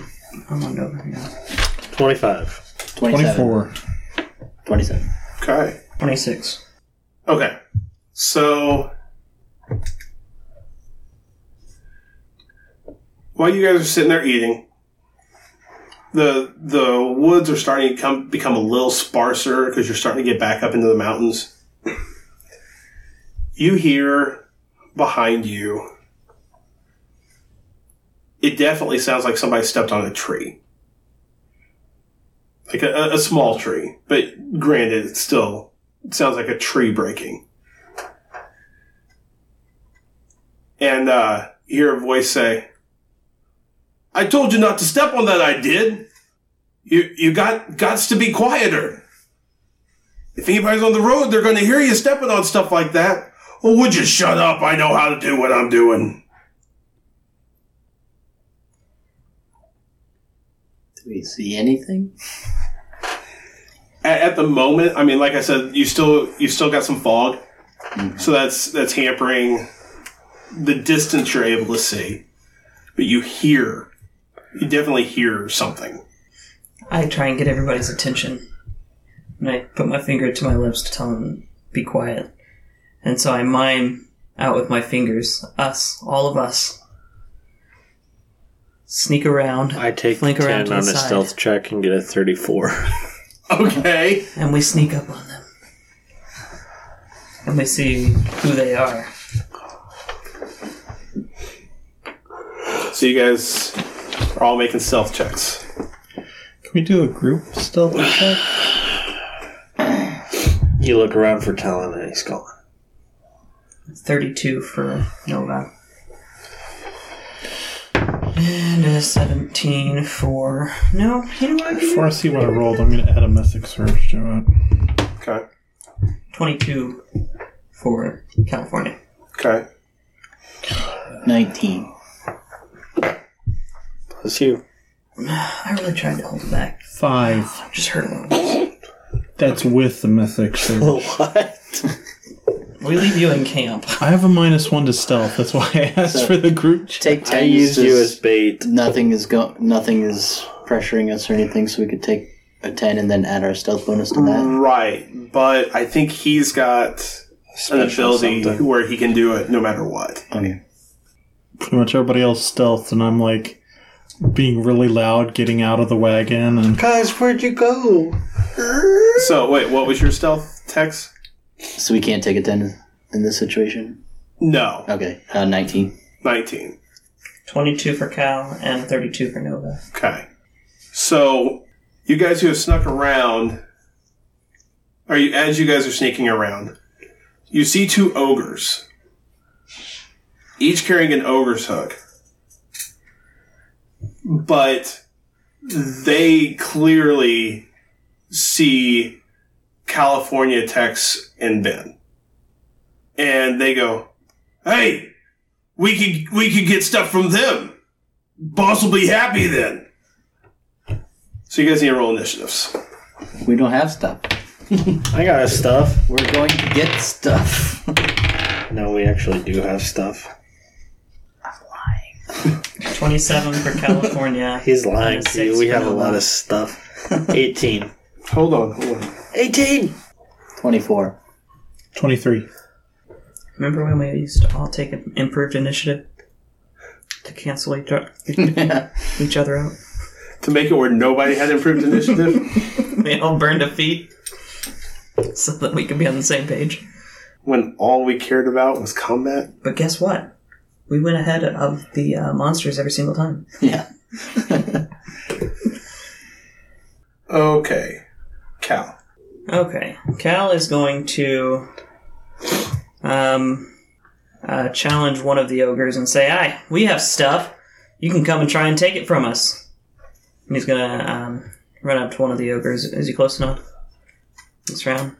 S8: I'm on over here.
S5: Twenty-five.
S6: 27.
S7: 24.
S6: 27.
S4: Okay.
S8: 26.
S4: Okay. So while you guys are sitting there eating, the the woods are starting to come become a little sparser because you're starting to get back up into the mountains. You hear behind you. It definitely sounds like somebody stepped on a tree, like a, a- a small tree. But granted, it still sounds like a tree breaking. And uh, you hear a voice say, I told you not to step on that. I did. You you got gots to be quieter. If anybody's on the road, they're going to hear you stepping on stuff like that. Well, would you shut up? I know how to do what I'm doing.
S6: Do we see anything?
S4: At, at the moment, I mean, like I said, you still you still got some fog, so that's that's hampering the distance you're able to see. But you hear, you definitely hear something.
S8: I try and get everybody's attention. And I put my finger to my lips to tell them, be quiet. And so I mime out with my fingers, us, all of us. Sneak around,
S5: I take
S8: Flank
S5: ten
S8: around to the
S5: on a
S8: side.
S5: stealth check and get a thirty-four.
S4: Okay,
S8: and we sneak up on them. And we see who they are.
S4: so you guys are all making stealth checks.
S7: Can we do a group stealth check?
S5: you look around for Talon and he's gone.
S8: 32 for Nova. And a 17 for. No, you know what? I can do?
S7: Before I see what I rolled, I'm going to add a mythic search to it.
S4: Okay.
S8: 22 for California.
S4: Okay.
S6: 19.
S5: That's you.
S8: I really tried to hold it back.
S7: Five.
S8: Just hurt a little.
S7: That's with the mythic search.
S5: What?
S8: We leave you in camp.
S7: I have a minus one to stealth. That's why I asked for the group check.
S6: Take 10.
S5: I
S6: is
S5: used you
S6: just-
S5: as bait.
S6: Nothing is go- Nothing is pressuring us or anything, so we could take a 10 and then add our stealth bonus to that.
S4: Right, but I think he's got an ability
S5: something.
S4: where he can do it no matter what.
S6: Okay.
S7: Pretty much everybody else stealth, and I'm like being really loud, getting out of the wagon, and
S5: Guys, where'd you go?
S4: So wait, what was your stealth Tex?
S6: So we can't take a 10 in this situation?
S4: No,
S6: Okay. Uh, 19.
S4: nineteen.
S8: 22 for Cal and 32 for Nova.
S4: Okay. So you guys who have snuck around, are you as you guys are sneaking around, you see two ogres, each carrying an ogre's hook, but they clearly see California Tex and Ben, and they go, "Hey, we could we could get stuff from them." Boss will be happy then. So you guys need to roll initiatives.
S6: We don't have stuff.
S5: I got stuff.
S6: We're going to get stuff.
S5: No, we actually do have stuff.
S8: 27 for California.
S5: He's lying
S8: and a
S5: to you.
S8: six
S5: We
S8: for
S5: have a
S8: Nova.
S5: lot of stuff. Eighteen.
S4: Hold on, hold on.
S5: Eighteen.
S6: 24.
S7: 23.
S8: Remember when we used to all take an improved initiative to cancel each, o- each other out?
S4: To make it where nobody had improved initiative,
S8: We all burned a feet so that we could be on the same page.
S4: when all we cared about was combat.
S8: But guess what? We went ahead of the uh, monsters every single time.
S6: yeah.
S4: Okay, Cal.
S8: Okay, Cal is going to um, uh, challenge one of the ogres and say, "Hey, we have stuff. You can come and try and take it from us." And he's gonna um, run up to one of the ogres. Is he close enough this round?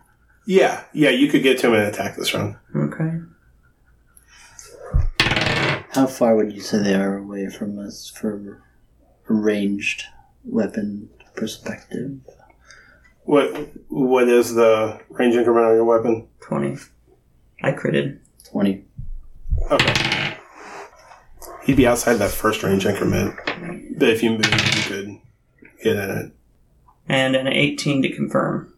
S4: Yeah, yeah, you could get to him and attack this round.
S8: Okay.
S6: How far would you say they are away from us for ranged weapon perspective?
S4: What what is the range increment on your weapon?
S8: Twenty. I critted.
S6: 20.
S4: Okay. He'd be outside that first range increment, but if you move, you could get in it.
S8: And an 18 to confirm.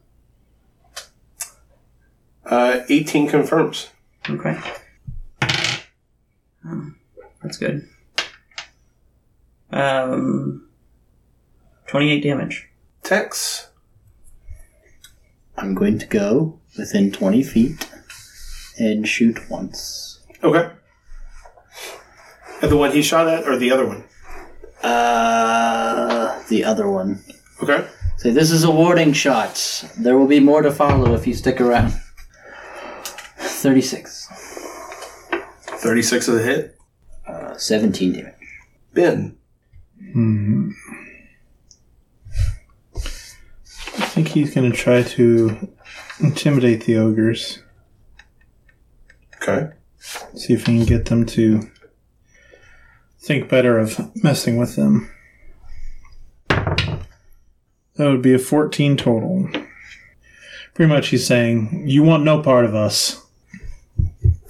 S4: Uh, Eighteen confirms.
S8: Hmm, Okay. Oh, that's good. Um, 28 damage.
S4: Tex.
S6: I'm going to go within 20 feet and shoot once.
S4: Okay. At the one he shot at, or the other one?
S6: Uh, the other one.
S4: Okay.
S6: So this is a warning shot. There will be more to follow if you stick around. 36.
S4: 36 is a hit.
S6: Uh, 17 damage.
S4: Ben.
S7: I think he's going to try to intimidate the ogres.
S4: Okay.
S7: See if he can get them to think better of messing with them. That would be a 14 total. Pretty much he's saying, You want no part of us.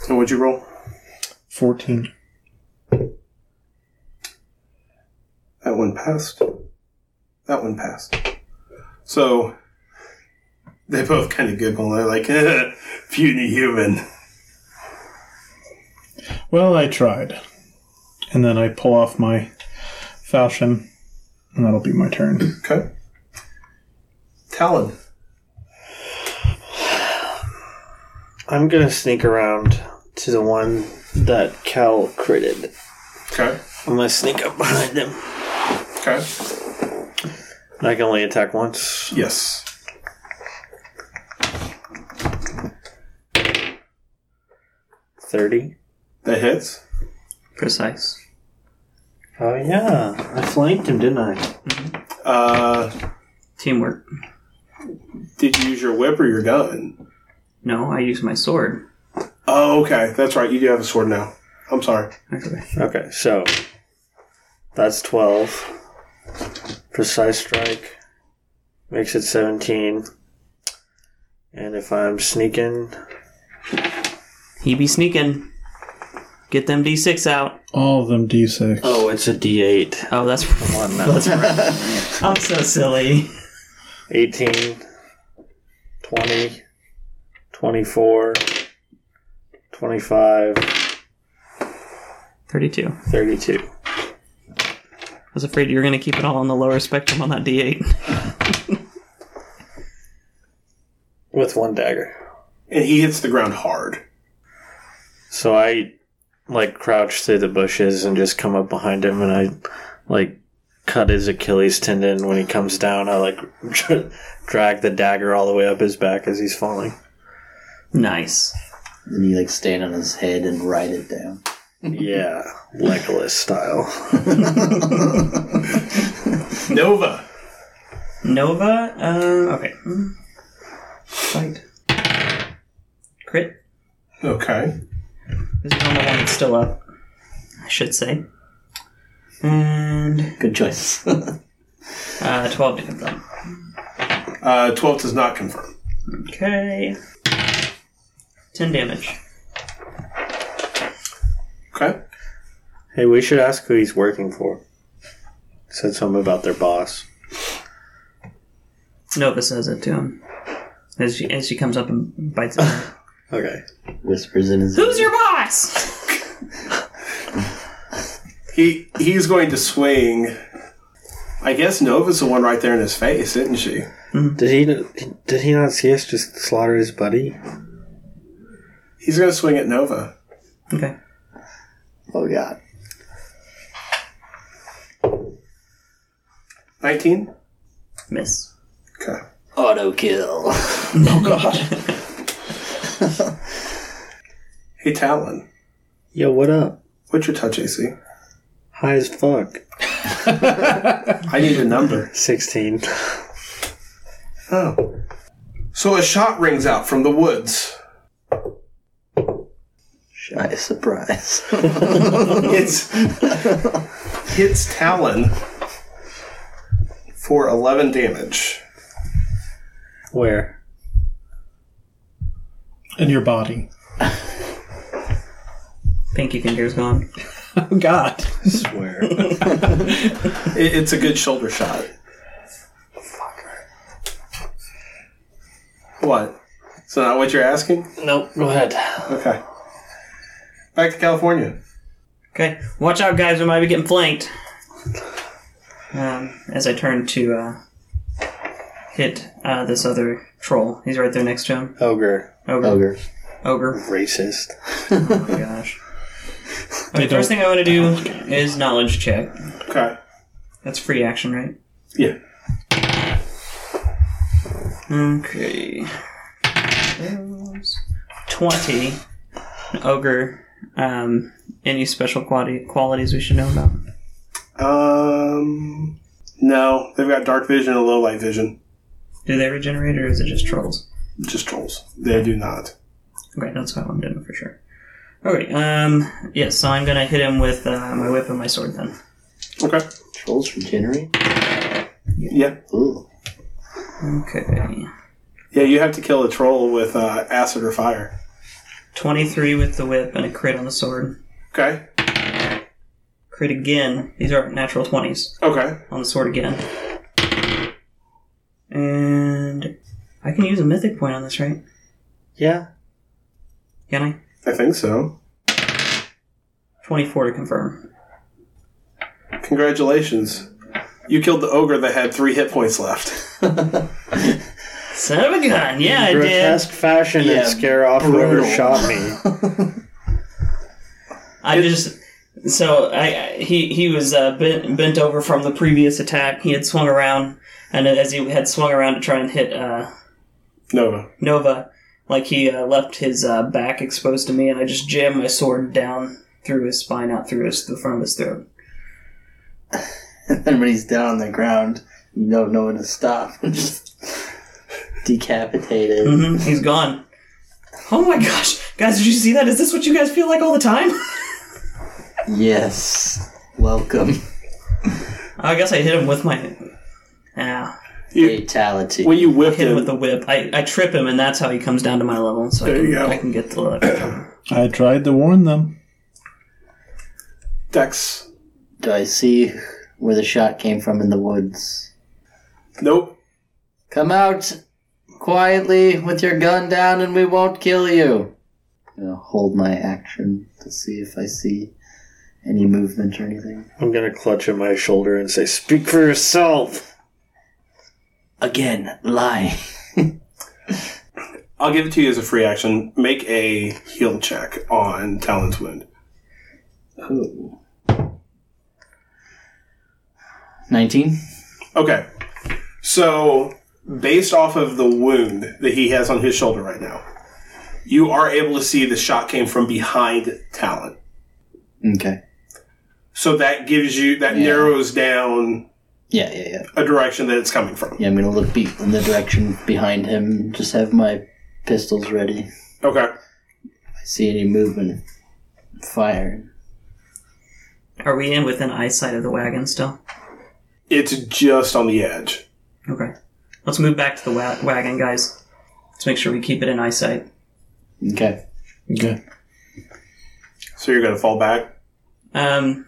S4: And what'd you roll?
S7: 14.
S4: That one passed. That one passed. So they both kind of giggle. They're like, puny human.
S7: Well, I tried. And then I pull off my falchion, and that'll be my turn.
S4: Okay. Talon.
S5: I'm gonna sneak around to the one that Cal critted.
S4: Okay.
S5: I'm gonna sneak up behind him.
S4: Okay.
S5: I can only attack once.
S4: Yes.
S5: Thirty.
S4: That hits.
S8: Precise.
S5: Oh yeah, I flanked him, didn't I?
S4: Uh,
S8: Teamwork.
S4: did you use your whip or your gun?
S8: No, I use my sword.
S4: Oh, okay. That's right. You do have a sword now. I'm sorry.
S8: Okay.
S5: Okay, so that's twelve. Precise strike makes it seventeen. And if I'm sneaking,
S8: He be sneaking. Get them D6 out.
S7: All of them d6.
S5: oh, it's a D8.
S8: Oh, that's.
S5: Come on now.
S8: I'm so silly.
S5: 18, 20, 24, 25,
S8: 32.
S5: 32.
S8: I was afraid you were going to keep it all on the lower spectrum on that D8.
S5: With one dagger.
S4: And he hits the ground hard.
S5: So I, like, crouch through the bushes and just come up behind him and I, like, cut his Achilles tendon. When he comes down, I, like, drag the dagger all the way up his back as he's falling.
S8: Nice.
S6: Then you like stand on his head and write it down.
S5: Yeah, Legolas style.
S4: Nova.
S8: Nova. Uh, okay. Mm. Fight. Crit.
S4: Okay.
S8: This is on the one that's still up. I should say. And
S6: Good choice.
S8: uh, twelve to confirm.
S4: Uh, 12 does not confirm.
S8: Okay. Ten damage.
S4: Okay.
S5: Hey, we should ask who he's working for. Said something about their boss.
S8: Nova says it to him as she, as she comes up and bites him.
S5: Okay.
S6: Whispers in his
S8: Who's your boss?
S4: He he's going to swing. I guess Nova's the one right there in his face, isn't she?
S5: Did he did he not see us just slaughter his buddy?
S4: He's going to swing at Nova.
S8: Okay.
S6: Oh god.
S4: 19.
S8: Miss.
S4: Okay.
S6: Auto kill.
S4: Hey Talon,
S5: Yo, what up?
S4: what's your touch AC?
S5: High as fuck.
S4: I need a number.
S5: Sixteen.
S4: Oh. So a shot rings out from the woods.
S6: Shy surprise.
S4: It's hits Talon for 11 damage.
S5: Where?
S7: In your body.
S8: Pinky finger's gone.
S7: Oh, God.
S5: Swear.
S4: It, it's a good shoulder shot. What? So not what you're asking?
S5: nope. Go ahead.
S4: Okay. Back to California.
S8: Okay. Watch out, guys. We might be getting flanked. um, as I turn to uh, hit uh, this other troll. He's right there next to him.
S5: Ogre.
S8: Ogre. Ogre.
S6: Ogre.
S5: Racist.
S8: Oh my gosh. Okay, first thing I want to do is knowledge check.
S4: Okay.
S8: That's free action, right?
S4: Yeah.
S8: Okay. Those. 20. An ogre. Um, any special quality, qualities we should know about?
S4: Um. No, they've got dark vision and low light vision.
S8: Do they regenerate or is it just trolls?
S4: Just trolls. They do not.
S8: Okay, that's what I wanted to know for sure. Okay, um, yes, so I'm gonna hit him with uh, my whip and my sword then.
S4: Okay.
S6: Trolls regenerate.
S4: Yeah.
S6: Ooh.
S8: Okay.
S4: Yeah, you have to kill a troll with uh, acid or fire.
S8: 23 with the whip and a crit on the sword.
S4: Okay.
S8: Crit again. These are natural 20s.
S4: Okay.
S8: on the sword again. And I can use a mythic point on this, right?
S5: Yeah.
S8: Can I?
S4: I think so.
S8: 24 to confirm.
S4: Congratulations. You killed the ogre that had three hit points left.
S8: Son of a gun! Yeah, I did.
S5: Grotesque fashion
S6: Yeah,
S5: and scare off whoever
S6: brutal.
S5: shot me.
S8: I just. So I, I he he was uh, bent bent over from the previous attack. He had swung around, and as he had swung around to try and hit uh,
S4: Nova.
S8: Nova, like he uh, left his uh, back exposed to me, and I just jammed my sword down through his spine, out through his the front of his throat.
S6: Everybody's down on the ground. You don't know when to stop. Just decapitated.
S8: hmm He's gone. Oh my gosh, guys! Did you see that? Is this what you guys feel like all the time?
S6: Yes. Welcome.
S8: I guess I hit him with my. Ah,
S6: Fatality.
S4: When you whipped
S8: hit him
S4: him,
S8: with the whip. I, I trip him, and that's how he comes down to my level. So I
S4: There
S8: can,
S4: you go.
S8: I can get the level.
S7: I tried to warn them.
S4: Dex.
S6: Do I see where the shot came from in the woods?
S4: Nope.
S6: Come out quietly with your gun down and we won't kill you. I'm gonna hold my action to see if I see any movement or anything.
S5: I'm gonna clutch at my shoulder and say, "Speak for yourself."
S6: Again, lie.
S4: I'll give it to you as a free action. Make a heal check on Talon's Wound.
S6: Ooh. 19?
S4: Okay. So, based off of the wound that he has on his shoulder right now, you are able to see the shot came from behind Talon.
S6: Okay.
S4: So that gives you, that narrows down
S6: Yeah, yeah, yeah.
S4: a direction that it's coming from.
S6: Yeah, I'm gonna look be- in the direction behind him and just have my pistols ready. If
S4: Okay.
S6: I see any movement, fire.
S8: Are we in within eyesight of the wagon still?
S4: It's just on the edge.
S8: Okay, let's move back to the wa- wagon, guys. Let's make sure we keep it in eyesight.
S6: Okay.
S7: Okay.
S4: So you're going to fall back?
S8: Um,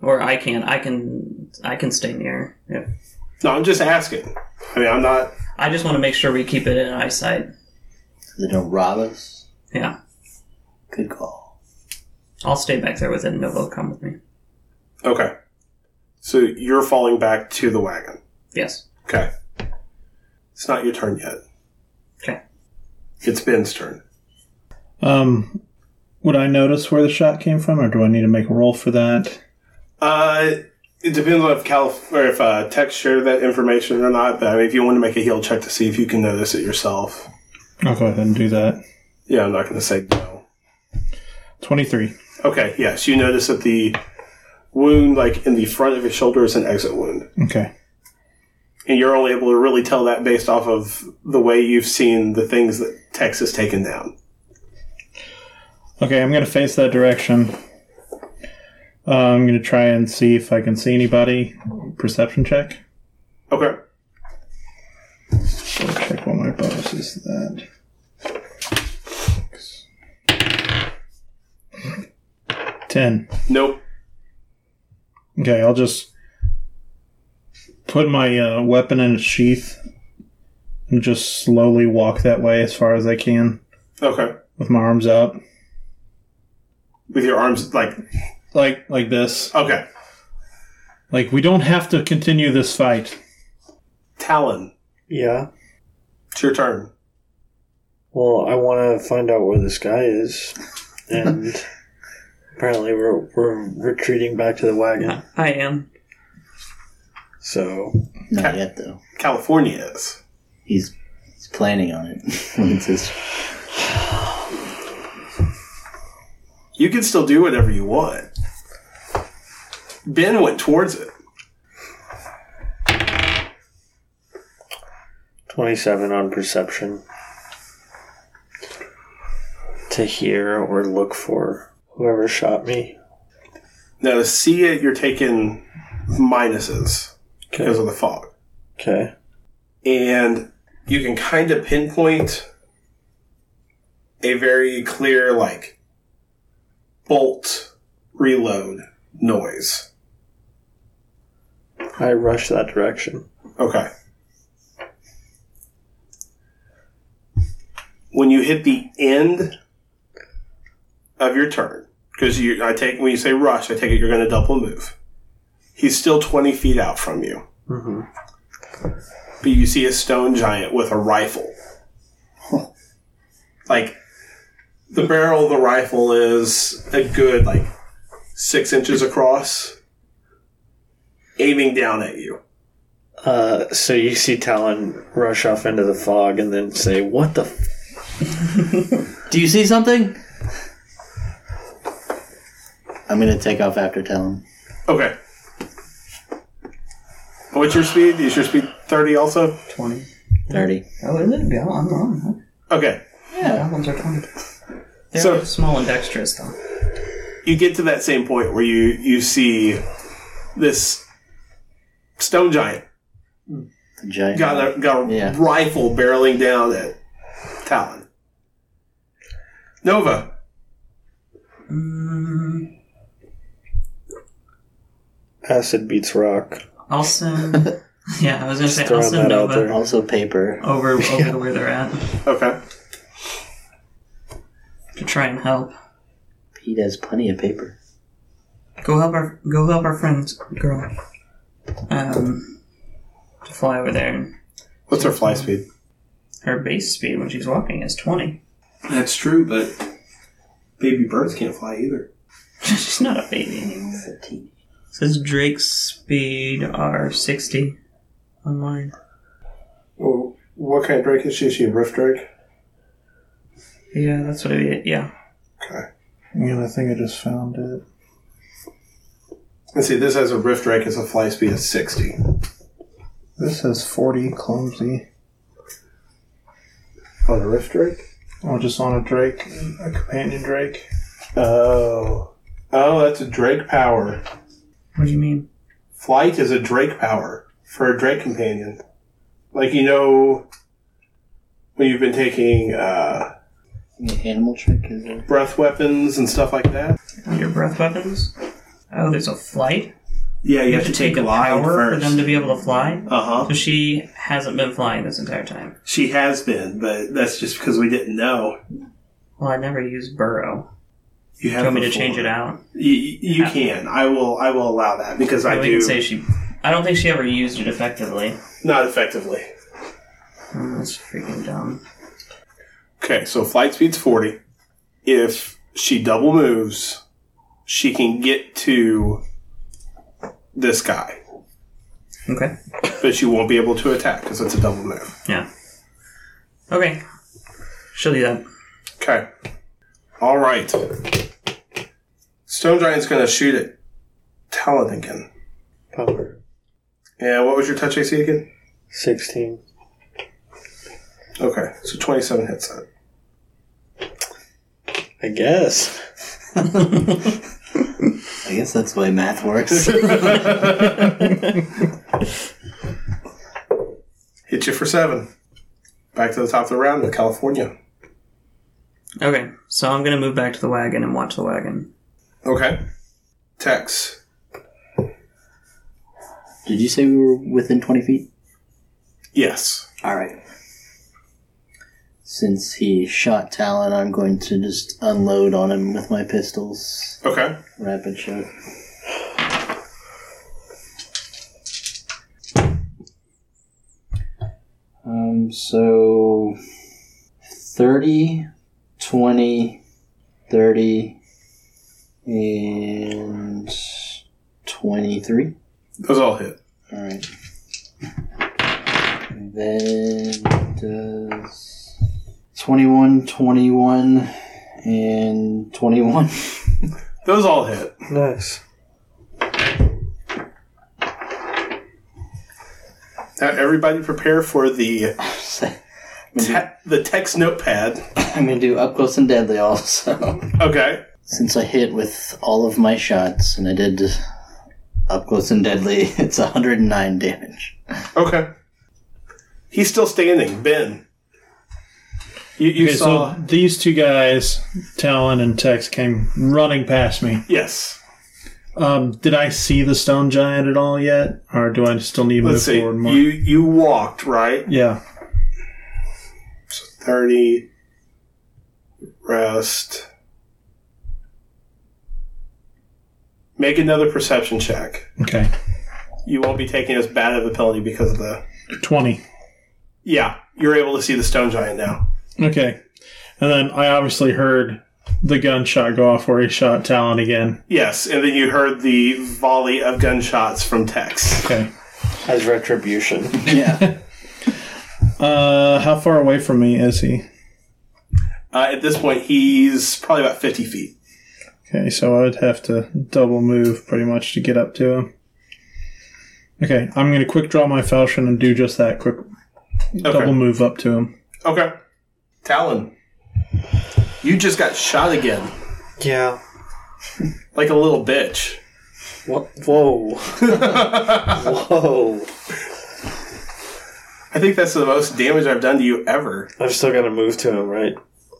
S8: or I can I can I can stay near. Yep.
S4: No, I'm just asking. I mean, I'm not.
S8: I just want to make sure we keep it in eyesight.
S6: So they don't rob us.
S8: Yeah,
S6: Good call.
S8: I'll stay back there with it. and Nova will come with me.
S4: Okay. So you're falling back to the wagon.
S8: Yes.
S4: Okay. It's not your turn yet.
S8: Okay.
S4: It's Ben's turn.
S7: Um, would I notice where the shot came from, or do I need to make a roll for that?
S4: Uh, it depends on if Calif- or if uh, Tech shared that information or not. But I mean, if you want to make a heal check to see if you can notice it yourself,
S7: I'll go ahead and do that.
S4: yeah, I'm not going to say no.
S7: Twenty-three.
S4: Okay. Yes, you notice that the wound, like in the front of his shoulder, is an exit wound,
S7: Okay.
S4: and you're only able to really tell that based off of the way you've seen the things that Tex has taken down.
S7: Okay, I'm gonna face that direction. Uh, I'm gonna try and see if I can see anybody. Perception check.
S4: Okay.
S7: I'll check what my bonus is. to That. Ten.
S4: Nope.
S7: Okay, I'll just put my uh, weapon in its sheath and just slowly walk that way as far as I can
S4: Okay.
S7: with my arms out,
S4: With your arms, like
S7: like like this.
S4: okay.
S7: Like, we don't have to continue this fight.
S4: Talon,
S5: Yeah.
S4: it's your turn.
S5: Well, I want to find out where this guy is, and apparently we're we're retreating back to the wagon.
S8: I am.
S5: So
S6: Not yet, though.
S4: California is.
S6: He's, he's planning on it. It's his-
S4: You can still do whatever you want. Ben went towards it.
S5: twenty-seven on perception to hear or look for whoever shot me.
S4: Now to see it, you're taking minuses
S5: Okay.
S4: because of the fog.
S5: Okay.
S4: and you can kind of pinpoint a very clear like bolt reload noise.
S5: I rush that direction.
S4: Okay. When you hit the end of your turn, because you, I take when you say rush, I take it you're going to double move. He's still twenty feet out from you,
S5: hmm
S4: but you see a stone giant with a rifle. like the barrel of the rifle is a good like six inches across, aiming down at you.
S5: Uh, so you see Talon rush off into the fog and then say, "What the f-?
S6: Do you see something? I'm gonna take off after Talon.
S4: Okay. What's your speed? Is your speed thirty also?
S8: 20.
S6: Thirty.
S8: Oh, is it? Yeah, I'm wrong.
S4: Okay.
S8: That ones are 20. They're
S4: So-
S8: small and dexterous, though.
S4: You get to that same point where you you see this stone giant
S6: Giant.
S4: got a, got a
S6: Yeah.
S4: rifle barreling down at Talon. Nova,
S8: Mm,
S5: acid beats rock?"
S8: I'll send. yeah, I was going to say, I'll
S5: throwing
S8: send
S5: that out
S8: Nova
S5: there.
S6: Also paper.
S8: over, over to where they're at
S4: Okay.
S8: to try and help.
S6: Pete has plenty of paper.
S8: Go help our go help our friends, girl. Um, to fly over there. And
S4: What's her fly speed?
S8: her base speed when she's walking is twenty.
S4: That's true, but baby birds can't fly either.
S8: she's not a baby anymore.
S6: Fatigue.
S8: Says Drake's speed are sixty on mine.
S4: Well, what kind of drake is she? Is she a rift drake?
S8: Yeah, that's what it is. Yeah.
S4: Okay.
S7: Yeah, I think I just found it.
S4: Let's see, this has a rift drake, it's a fly speed of 60.
S7: This has 40 clumsy.
S4: On a rift drake?
S7: Oh, just on a drake, a companion drake.
S4: Oh. Oh, that's a drake power.
S8: What do you mean?
S4: Flight is a drake power for a drake companion. Like, you know, when you've been taking uh,
S6: Animal trick is it?
S4: breath weapons and stuff like that?
S8: Your breath weapons. Oh, there's a flight.
S4: Yeah,
S8: You have to take a
S4: line
S8: power for them to be able to fly.
S4: Uh huh.
S8: So she hasn't been flying this entire time.
S4: She has been, but that's just because we didn't know.
S8: Well, I never use burrow.
S4: You
S8: Do
S4: have
S8: you want me to
S4: before.
S8: change it out?
S4: You, you can. I will. I will allow that because I
S8: Or we
S4: do
S8: can say she. I don't think she ever used it effectively.
S4: not effectively.
S8: Mm, That's freaking dumb.
S4: Okay, so flight speed's forty. If she double moves, she can get to this guy,
S8: Okay.
S4: but she won't be able to attack because it's a double move.
S8: Yeah. Okay. She'll do that.
S4: Okay. All right. Stone Giant's gonna shoot at Talon again.
S5: Power
S4: Yeah, what was your touch AC again?
S5: sixteen.
S4: Okay, so twenty-seven hits that.
S5: I guess.
S6: I guess that's the way math works.
S4: Hit you for seven. Back to the top of the round with California.
S8: Okay. So I'm gonna move back to the wagon and watch the wagon.
S4: Okay. Tex.
S6: Did you say we were within twenty feet?
S4: Yes.
S6: All right. Since he shot Talon, I'm going to just unload on him with my pistols.
S4: Okay.
S6: Rapid shot. Um, so 30, 20, 30, and 23.
S4: Those all hit.
S6: All right. And Then does 21, 21, and 21.
S4: Those all hit.
S9: Nice.
S4: Now everybody prepare for the
S6: I'm
S4: te- the text notepad.
S6: going to do up close and deadly also.
S4: Okay.
S6: Since I hit with all of my shots, and I did up close and deadly, it's 109 damage.
S4: Okay. He's still standing, Ben. You, you
S7: Okay,
S4: saw
S7: so these two guys, Talon and Tex, came running past me.
S4: yes.
S7: Um, did I see the stone giant at all yet, or do I still need to move
S4: Let's see.
S7: forward more?
S4: You you walked right
S7: yeah,
S4: thirty. Rest. Make another perception check.
S7: okay,
S4: You won't be taking as bad of a penalty because of the.
S7: twenty.
S4: Yeah, you're able to see the stone giant now.
S7: Okay, and then I obviously heard the gunshot go off where he shot Talon again.
S4: Yes, and then you heard the volley of gunshots from Tex.
S7: Okay,
S5: As retribution.
S6: Yeah.
S7: uh, how far away from me is he?
S4: Uh, at this point, he's probably about fifty feet.
S7: Okay, so I would have to double move pretty much to get up to him. Okay, I'm going to quick draw my falchion and do just that. Quick
S4: Okay.
S7: double move up to him.
S4: Okay. Talon. You just got shot again.
S5: Yeah.
S4: Like a little bitch.
S5: What? Whoa. Whoa.
S4: I think that's the most damage I've done to you ever.
S5: I've still got to move to him, right?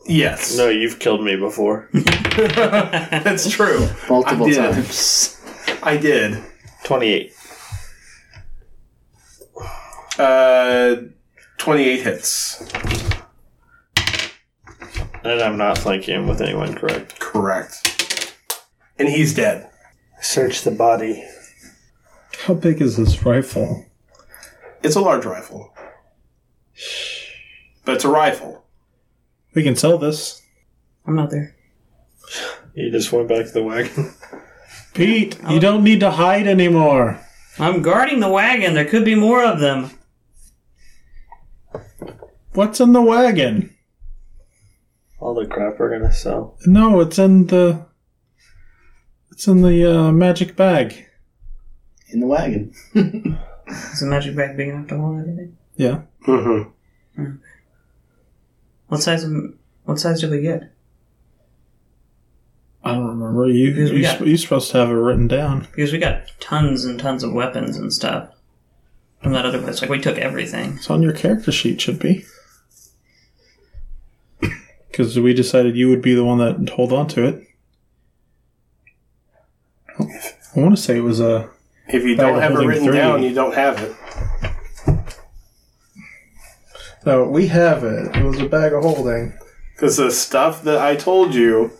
S4: Yes.
S5: No, you've killed me before.
S4: That's true.
S6: Multiple
S4: I did.
S6: times.
S4: I did.
S5: 28.
S4: Uh, 28 hits.
S5: And I'm not flanking him with anyone, correct?
S4: Correct. And he's dead.
S9: Search the body.
S7: How big is this rifle?
S4: It's a large rifle. But it's a rifle.
S7: We can sell this.
S8: I'm not there.
S5: He just went back to the wagon.
S7: Pete, you don't need to hide anymore.
S8: I'm guarding the wagon. There could be more of them.
S7: What's in the wagon?
S5: All the crap we're going to sell.
S7: No, it's in the. It's in the uh, magic bag.
S6: In the wagon.
S8: Is the magic bag big enough to hold everything?
S7: Yeah.
S4: Mm-hmm.
S8: What size? Of, what size did we get?
S7: I don't remember. You,
S8: Yes, we
S7: you,
S8: got
S7: sp- you're supposed to have it written down.
S8: Because we got tons and tons of weapons and stuff from that other place. Like we took everything.
S7: It's on your character sheet, should be. Because we decided you would be the one that hold on to it. I want to say it was a.
S4: If you
S7: Bag
S4: don't
S7: of
S4: have it
S7: holding
S4: written
S7: three.
S4: down, you don't have it.
S7: No, we have it. It was a bag of holding.
S4: Because the stuff that I told you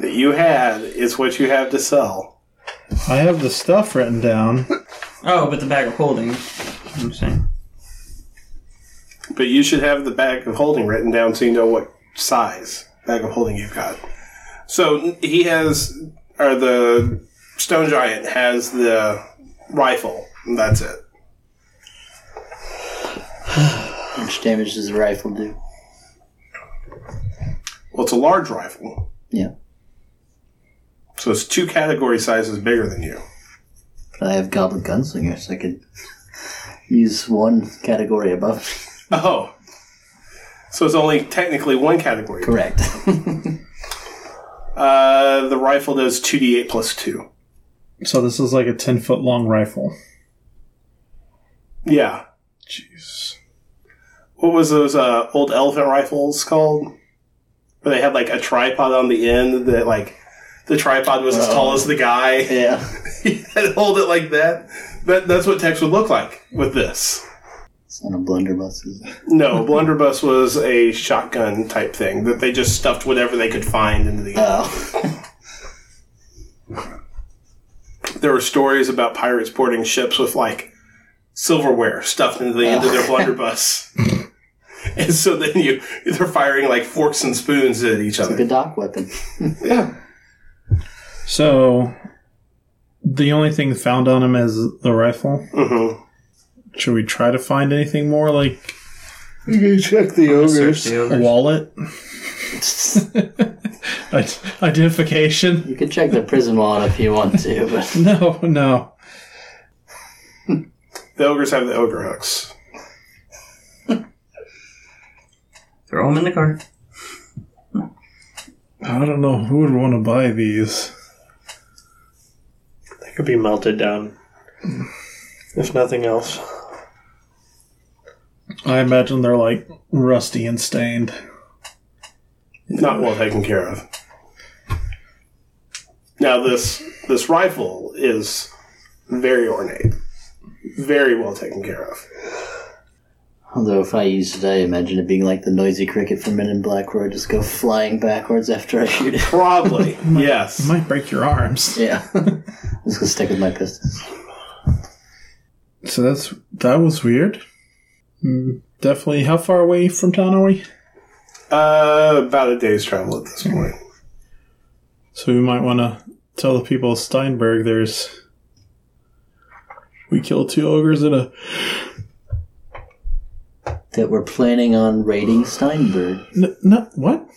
S4: that you had is what you have to sell.
S7: I have the stuff written down.
S8: Oh, but the bag of holding. I'm saying.
S4: But you should have the bag of holding written down so you know what size bag of holding you've got. So he has, or the stone giant has the rifle. And that's it.
S6: How much damage does the rifle do?
S4: Well, it's a large rifle,
S6: Yeah.
S4: so it's two category sizes bigger than you.
S6: But I have Goblin Gunslinger, so I could use one category above.
S4: Oh. So it's only technically one category.
S6: Correct.
S4: Uh, the rifle does 2d8 plus 2.
S7: So this is like a ten foot long rifle.
S4: Yeah.
S7: Jeez.
S4: What was those uh, old elephant rifles called? Where they had like a tripod on the end that like the tripod was as tall as the guy.
S6: yeah.
S4: and hold it like that. That that's what Tex would look like with this.
S6: It's not a blunderbuss, is it?
S4: No, blunderbuss was a shotgun type thing that they just stuffed whatever they could find into the.
S6: Oh.
S4: there were stories about pirates boarding ships with like silverware stuffed into the end of their blunderbuss. and so then you they're firing like forks and spoons at each
S6: Like a
S4: other.
S6: dock weapon.
S4: Yeah,
S7: So, the only thing found on him is the rifle.
S4: hmm
S7: Mm-hmm. Should we try to find anything more, like
S9: You can check
S4: Oh,
S9: the
S8: Search the
S7: a
S8: ogres.
S7: wallet? Id- Identification?
S6: You can check the prison wallet if you want to, but
S7: No, no.
S4: the ogres have the ogre hooks.
S8: Throw them in the car.
S7: I don't know who would want to buy these.
S5: They could be melted down. If nothing else.
S7: I imagine they're like rusty and stained.
S4: Not well taken care of. Now this this rifle is very ornate, very well taken care of.
S6: although if I use it, I imagine it being like the noisy cricket from Men in Black, where I just go flying backwards after I shoot it.
S4: Probably yes.
S7: Might break your arms.
S6: Yeah, I'm just gonna stick with my pistols.
S7: So that's that was weird. Hmm, Definitely. How far away from town are we?
S4: Uh, about a day's travel at this point.
S7: So we might want to tell the people of Steinberg there's. We killed two ogres in a.
S6: That we're planning on raiding Steinberg.
S7: N- no, what?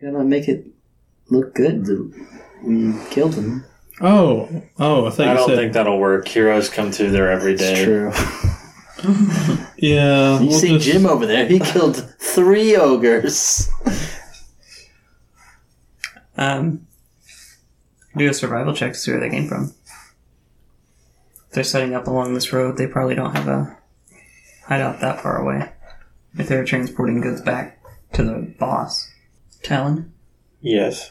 S6: You gotta make it look good that we killed him.
S7: Oh, oh, I think
S5: I
S7: you
S5: don't
S7: said.
S5: think that'll work. Heroes come through there every day.
S6: It's true.
S7: yeah.
S6: You
S7: we'll
S6: see
S7: just-
S6: Jim over there, he killed three ogres.
S8: Um, do a survival check to see where they came from. If they're setting up along this road, they probably don't have a hideout that far away. If they're transporting goods back to the boss. Talon,
S5: Yes.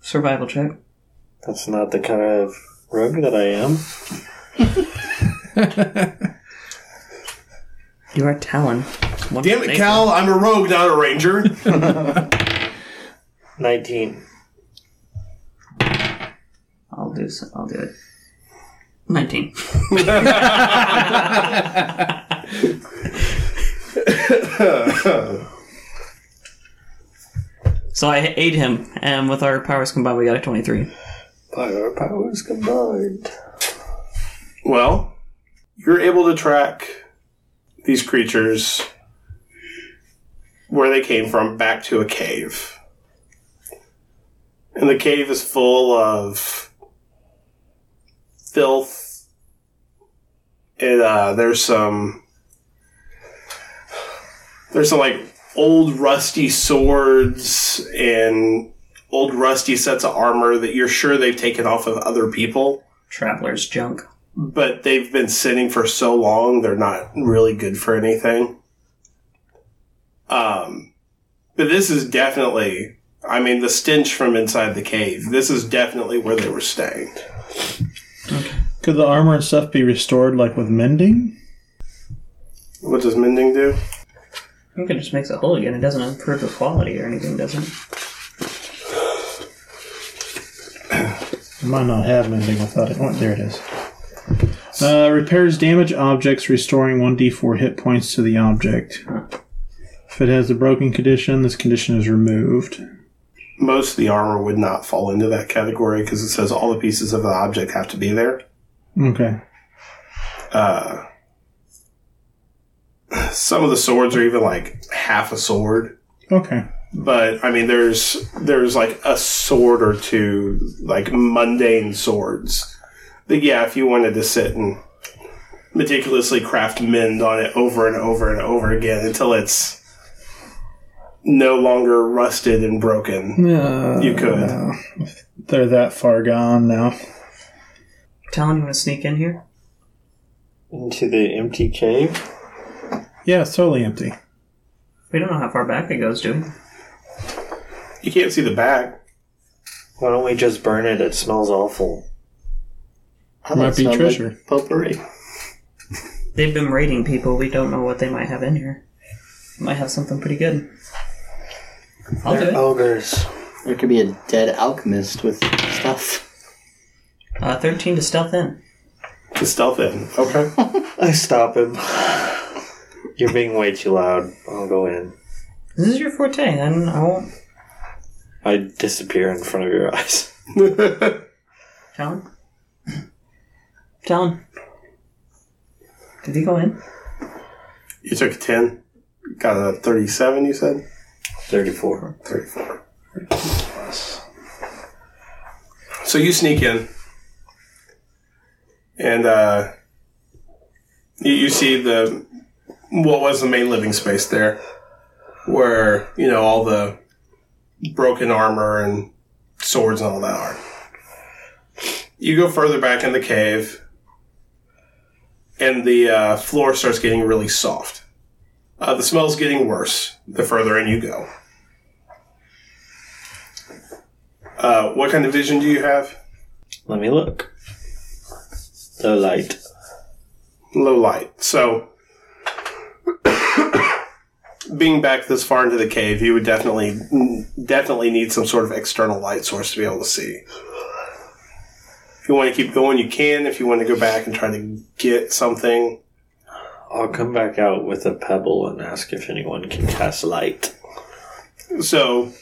S8: survival check.
S5: That's not the kind of rogue that I am.
S8: You are Talon. What
S4: Damn it, Cal! I'm a rogue, not a ranger.
S5: 19.
S8: I'll do so. I'll do it. 19. so I aid him, and with our powers combined, we got a 23.
S5: Power powers combined.
S4: Well, you're able to track these creatures where they came from back to a cave. And the cave is full of filth. And uh, there's some. There's some like old rusty swords and old rusty sets of armor that you're sure they've taken off of other people
S8: Traveler's junk.
S4: but they've been sitting for so long they're not really good for anything um but this is definitely i mean the stench from inside the cave this is definitely where they were staying
S7: Could the armor and stuff be restored, like with mending?
S4: what does mending do
S8: I think it just makes it whole again. It doesn't improve the quality or anything, does it?
S7: I might not have mending without it. Oh, there it is. Uh, repairs damaged objects, restoring 1d4 hit points to the object. If it has a broken condition, this condition is removed.
S4: most of the armor would not fall into that category because it says all the pieces of the object have to be there
S7: Okay.
S4: uh some of the swords are even like half a sword
S7: Okay.
S4: but I mean, there's there's like a sword or two, like mundane swords. That yeah, if you wanted to sit and meticulously craft mend on it over and over and over again until it's no longer rusted and broken,
S7: Uh,
S4: you could.
S7: They're that far gone now.
S8: Talon, you want to sneak in here?
S5: Into the empty cave.
S7: Yeah, it's totally empty.
S8: We don't know how far back it goes, do we?
S4: You can't see the back.
S5: Why don't we just burn it? It smells awful.
S6: I
S7: Might be treasure.
S6: potpourri.
S8: They've been raiding people. We don't know what they might have in here. Might have something pretty good. I'll do
S5: They're
S8: it.
S5: ogres.
S6: There could be a dead alchemist with stuff.
S8: Uh, 13 to stealth in.
S4: The stealth in. Okay.
S5: I stop him. You're being way too loud. I'll go in.
S8: This is your forte, and I won't.
S5: I disappear in front of your eyes.
S8: Talon? Talon? Did he go in?
S4: You took a 10. Got a 37, you said?
S5: 34.
S4: 34. So you sneak in, and uh, you, you see the what was the main living space there, where you know all the broken armor and swords and all that are. You go further back in the cave, and the uh, floor starts getting really soft. Uh, the smell's getting worse the further in you go. Uh, what kind of vision do you have?
S5: Let me look. The light.
S4: Low light. So, being back this far into the cave, you would definitely, definitely need some sort of external light source to be able to see. If you want to keep going, you can. If you want to go back and try to get something,
S5: I'll come back out with a pebble and ask if anyone can cast light.
S4: so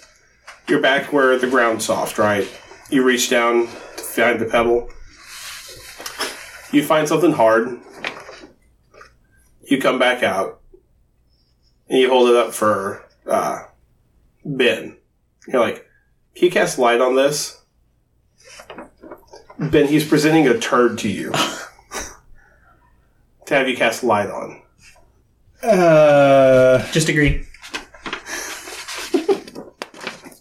S4: you're back where the ground's soft, right? You reach down to find the pebble. You find something hard. You come back out and you hold it up for uh, Ben. You're like, can you cast light on this? Ben, he's presenting a turd to you to have you cast light on.
S7: Uh,
S8: Just agree.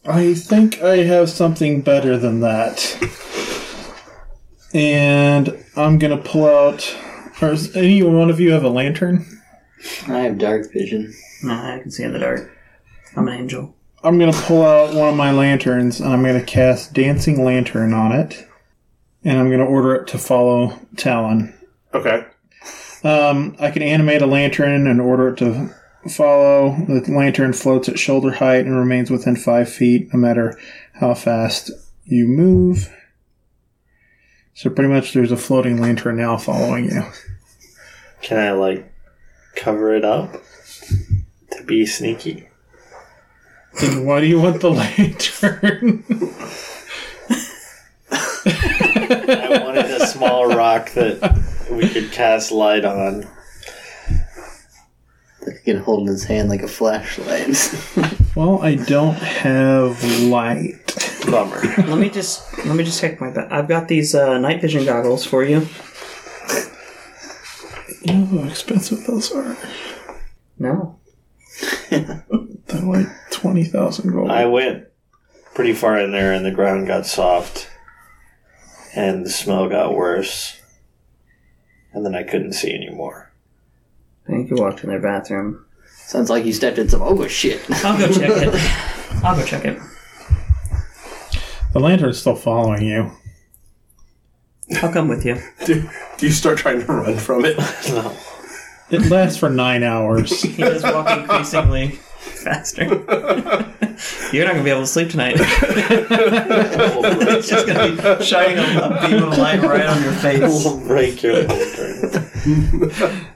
S7: I think I have something better than that. And I'm going to pull out. Or does any one of you have a lantern?
S6: I have dark vision.
S8: Nah, I can see in the dark. I'm an angel.
S7: I'm going to pull out one of my lanterns and I'm going to cast Dancing Lantern on it. And I'm going to order it to follow Talon.
S4: Okay.
S7: Um, I can animate a lantern and order it to follow. The lantern floats at shoulder height and remains within five feet, no matter how fast you move. So pretty much, there's a floating lantern now following you.
S5: Can I, like, cover it up? To be sneaky?
S7: Then why do you want the lantern?
S5: I wanted a small rock that we could cast light on.
S6: That he can hold in his hand like a flashlight.
S7: well, I don't have light.
S5: Bummer.
S8: Let me just let me just check my bag. I've got these uh, night vision goggles for you.
S7: You know how expensive those are?
S8: No,
S7: They're like twenty thousand gold.
S5: I went pretty far in there, and the ground got soft, and the smell got worse, and then I couldn't see anymore.
S8: I think you walked in their bathroom.
S6: Sounds like you stepped in some oh shit.
S8: I'll go check it. I'll go check it.
S7: the lantern's still following you.
S8: I'll come with you.
S4: Do, do you start trying to run from it?
S5: No,
S7: It lasts for nine hours.
S8: He does walk increasingly faster. You're not gonna be able to sleep tonight. it's just gonna be shining a, a beam of light right on your face.
S5: we'll break your lantern.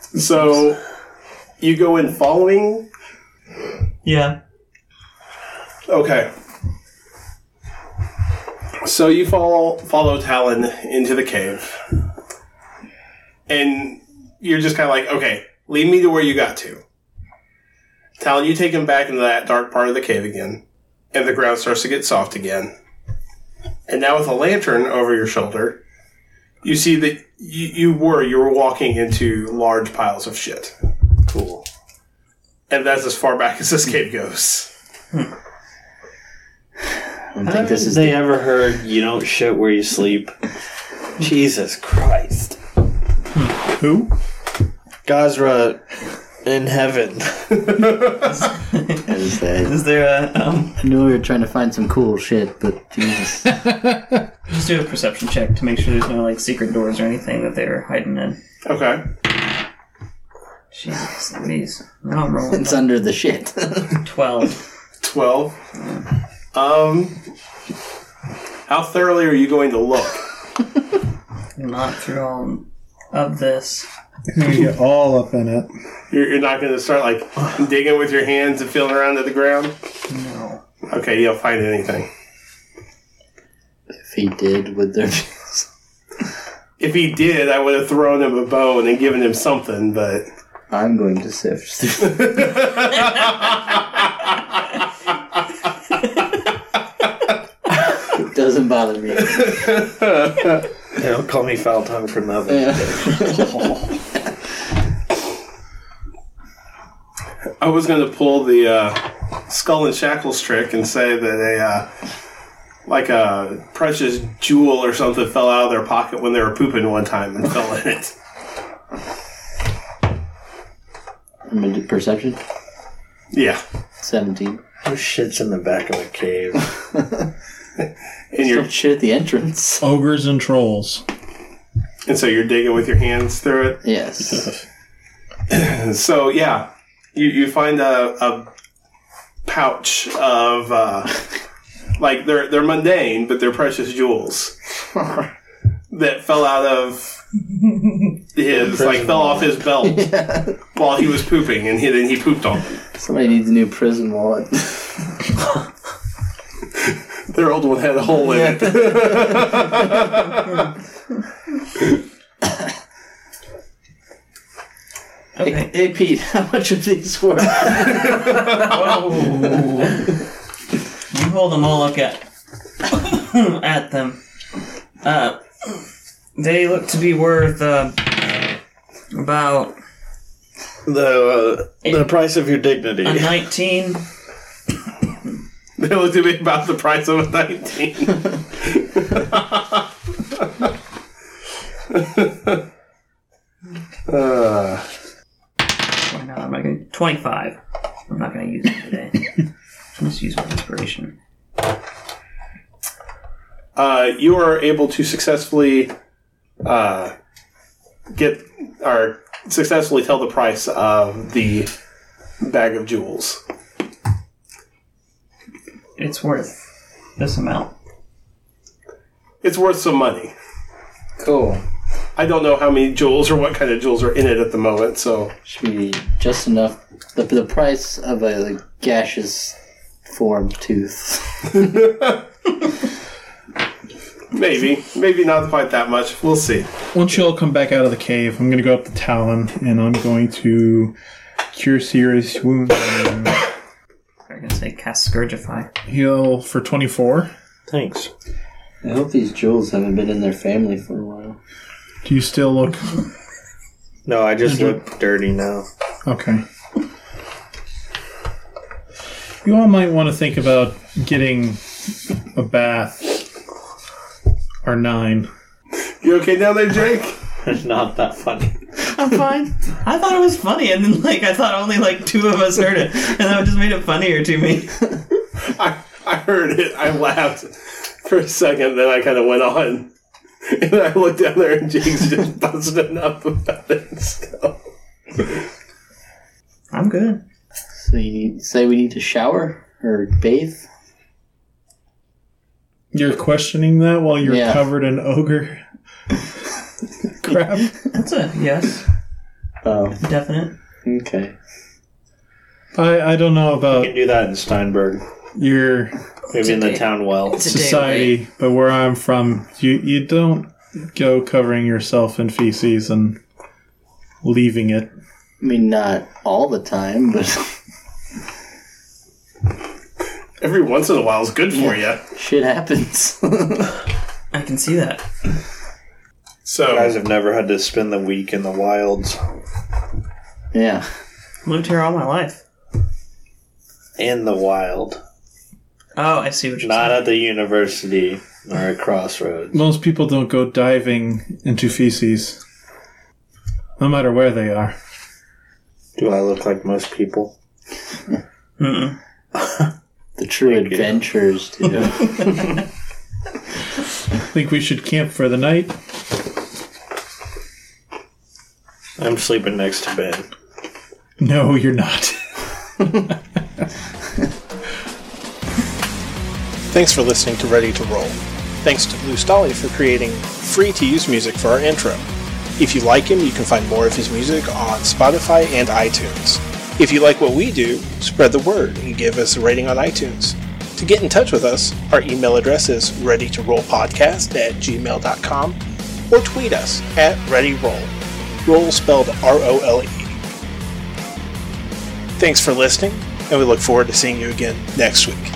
S4: So you go in following.
S8: Yeah.
S4: Okay. So you follow follow Talon into the cave, and you're just kind of like, okay, lead me to where you got to. Talon, you take him back into that dark part of the cave again, and the ground starts to get soft again. And now with a lantern over your shoulder, you see that you, you were you were walking into large piles of shit.
S5: Cool.
S4: And that's as far back as this cave goes.
S6: I don't
S5: Have
S6: think this is
S5: they ever heard you don't shit where you sleep? Jesus Christ,
S7: Who?
S5: Gazra in heaven.
S6: I was saying.
S8: Is there a um?
S6: I knew we were trying to find some cool shit, but Jesus.
S8: Just do a perception check to make sure there's no like secret doors or anything that they're hiding in.
S4: Okay.
S8: Jesus, please. Now I'm rolling
S6: it's under the shit.
S8: twelve.
S4: 12. Um, how thoroughly are you going to look?
S8: Not through all of this.
S7: You're gonna get all up in it.
S4: You're, you're not going to start like digging with your hands and feeling around at the ground.
S8: No.
S4: Okay, you'll find anything.
S6: If he did, would there be.
S4: If he did, I would have thrown him a bone and given him something. But
S6: I'm going to sift through. it doesn't bother me.
S5: They don't call me foul tongued for nothing.
S6: Yeah.
S4: I was going to pull the uh, skull and shackles trick and say that a uh, like a precious jewel or something fell out of their pocket when they were pooping one time and fell in it.
S6: I'm going to do perception.
S4: Yeah,
S6: 17.
S5: Who shits in the back of a cave?
S4: and you're
S6: Don't shit at the entrance.
S7: Ogres and trolls.
S4: and so you're digging with your hands through it.
S6: Yes.
S4: So yeah, you you find a, a pouch of uh, like they're they're mundane, but they're precious jewels that fell out of his like fell off his belt while he was pooping, and he, then he pooped on them.
S6: Somebody needs a new prison wallet.
S4: Their old one had a hole in it.
S8: Okay.
S6: Hey, Pete, how much of these were?
S8: You hold them all look at at them. Uh, they look to be worth uh, about
S5: the uh, the price of your dignity.
S8: a nineteen.
S4: They looked to be about the price of a nineteen.
S8: Why not? I'm not gonna twenty-five. I'm not gonna use it today. I'm just use my inspiration.
S4: Uh, you are able to successfully uh, get or successfully tell the price of the bag of jewels.
S8: It's worth this amount.
S4: It's worth some money.
S6: cool.
S4: I don't know how many jewels or what kind of jewels are in it at the moment, so
S6: Should be just enough. The, the price of a gaseous form tooth.
S4: maybe, maybe not quite that much. We'll see.
S7: Once you all come back out of the cave, I'm going to go up to Talon and I'm going to cure serious wounds. on you.
S8: I'm gonna say cast scourgify.
S7: Heal for 24.
S5: Thanks.
S6: I hope these jewels haven't been in their family for a while.
S7: Do you still look
S5: No, I just look dirty now.
S7: okay? You all might want to think about getting a bath or nine.
S4: You okay down there, Jake?
S5: It's not that funny.
S8: I'm fine. I thought it was funny, and then like I thought only like two of us heard it, and that just made it funnier to me.
S4: I, I heard it. I laughed for a second, then I kind of went on. And I looked down there and Jake's just busting up about it. So.
S8: I'm good.
S6: So you need, say we need to shower or bathe?
S7: You're questioning that while you're
S6: Yeah.
S7: covered in ogre crap.
S8: That's a yes,
S6: Oh,
S8: definite.
S6: okay.
S7: I, I don't know
S5: You
S7: about
S5: can do that in Steinberg.
S7: your
S5: Maybe in the town well.
S8: It's a day away.
S7: society, but where I'm from, you you don't go covering yourself in feces and leaving it.
S6: I mean, not all the time, but
S4: Every once in a while is good for you.
S6: shit happens.
S8: I can see that.
S4: So
S5: Guys have never had to spend the week in the wilds.
S6: yeah.
S8: Lived here all my life.
S5: In the wild.
S8: Oh, I see what you're
S5: Not
S8: saying.
S5: at the university or a crossroads.
S7: Most people don't go diving into feces, no matter where they are.
S5: Do I look like most people?
S8: Mm-mm.
S6: The true adventures, dude.
S7: Think we should camp for the night?
S5: I'm sleeping next to Ben.
S7: No, you're not.
S10: Thanks for listening to Ready to Roll. Thanks to Blue Stolly for creating free to use music for our intro.
S4: If you like him, you can find more of his music on Spotify and iTunes. If you like what we do, spread the word and give us a rating on iTunes. To get in touch with us, our email address is readytorollpodcast at gmail.com or tweet us at readyroll. Roll spelled R O L E. Thanks for listening, and we look forward to seeing you again next week.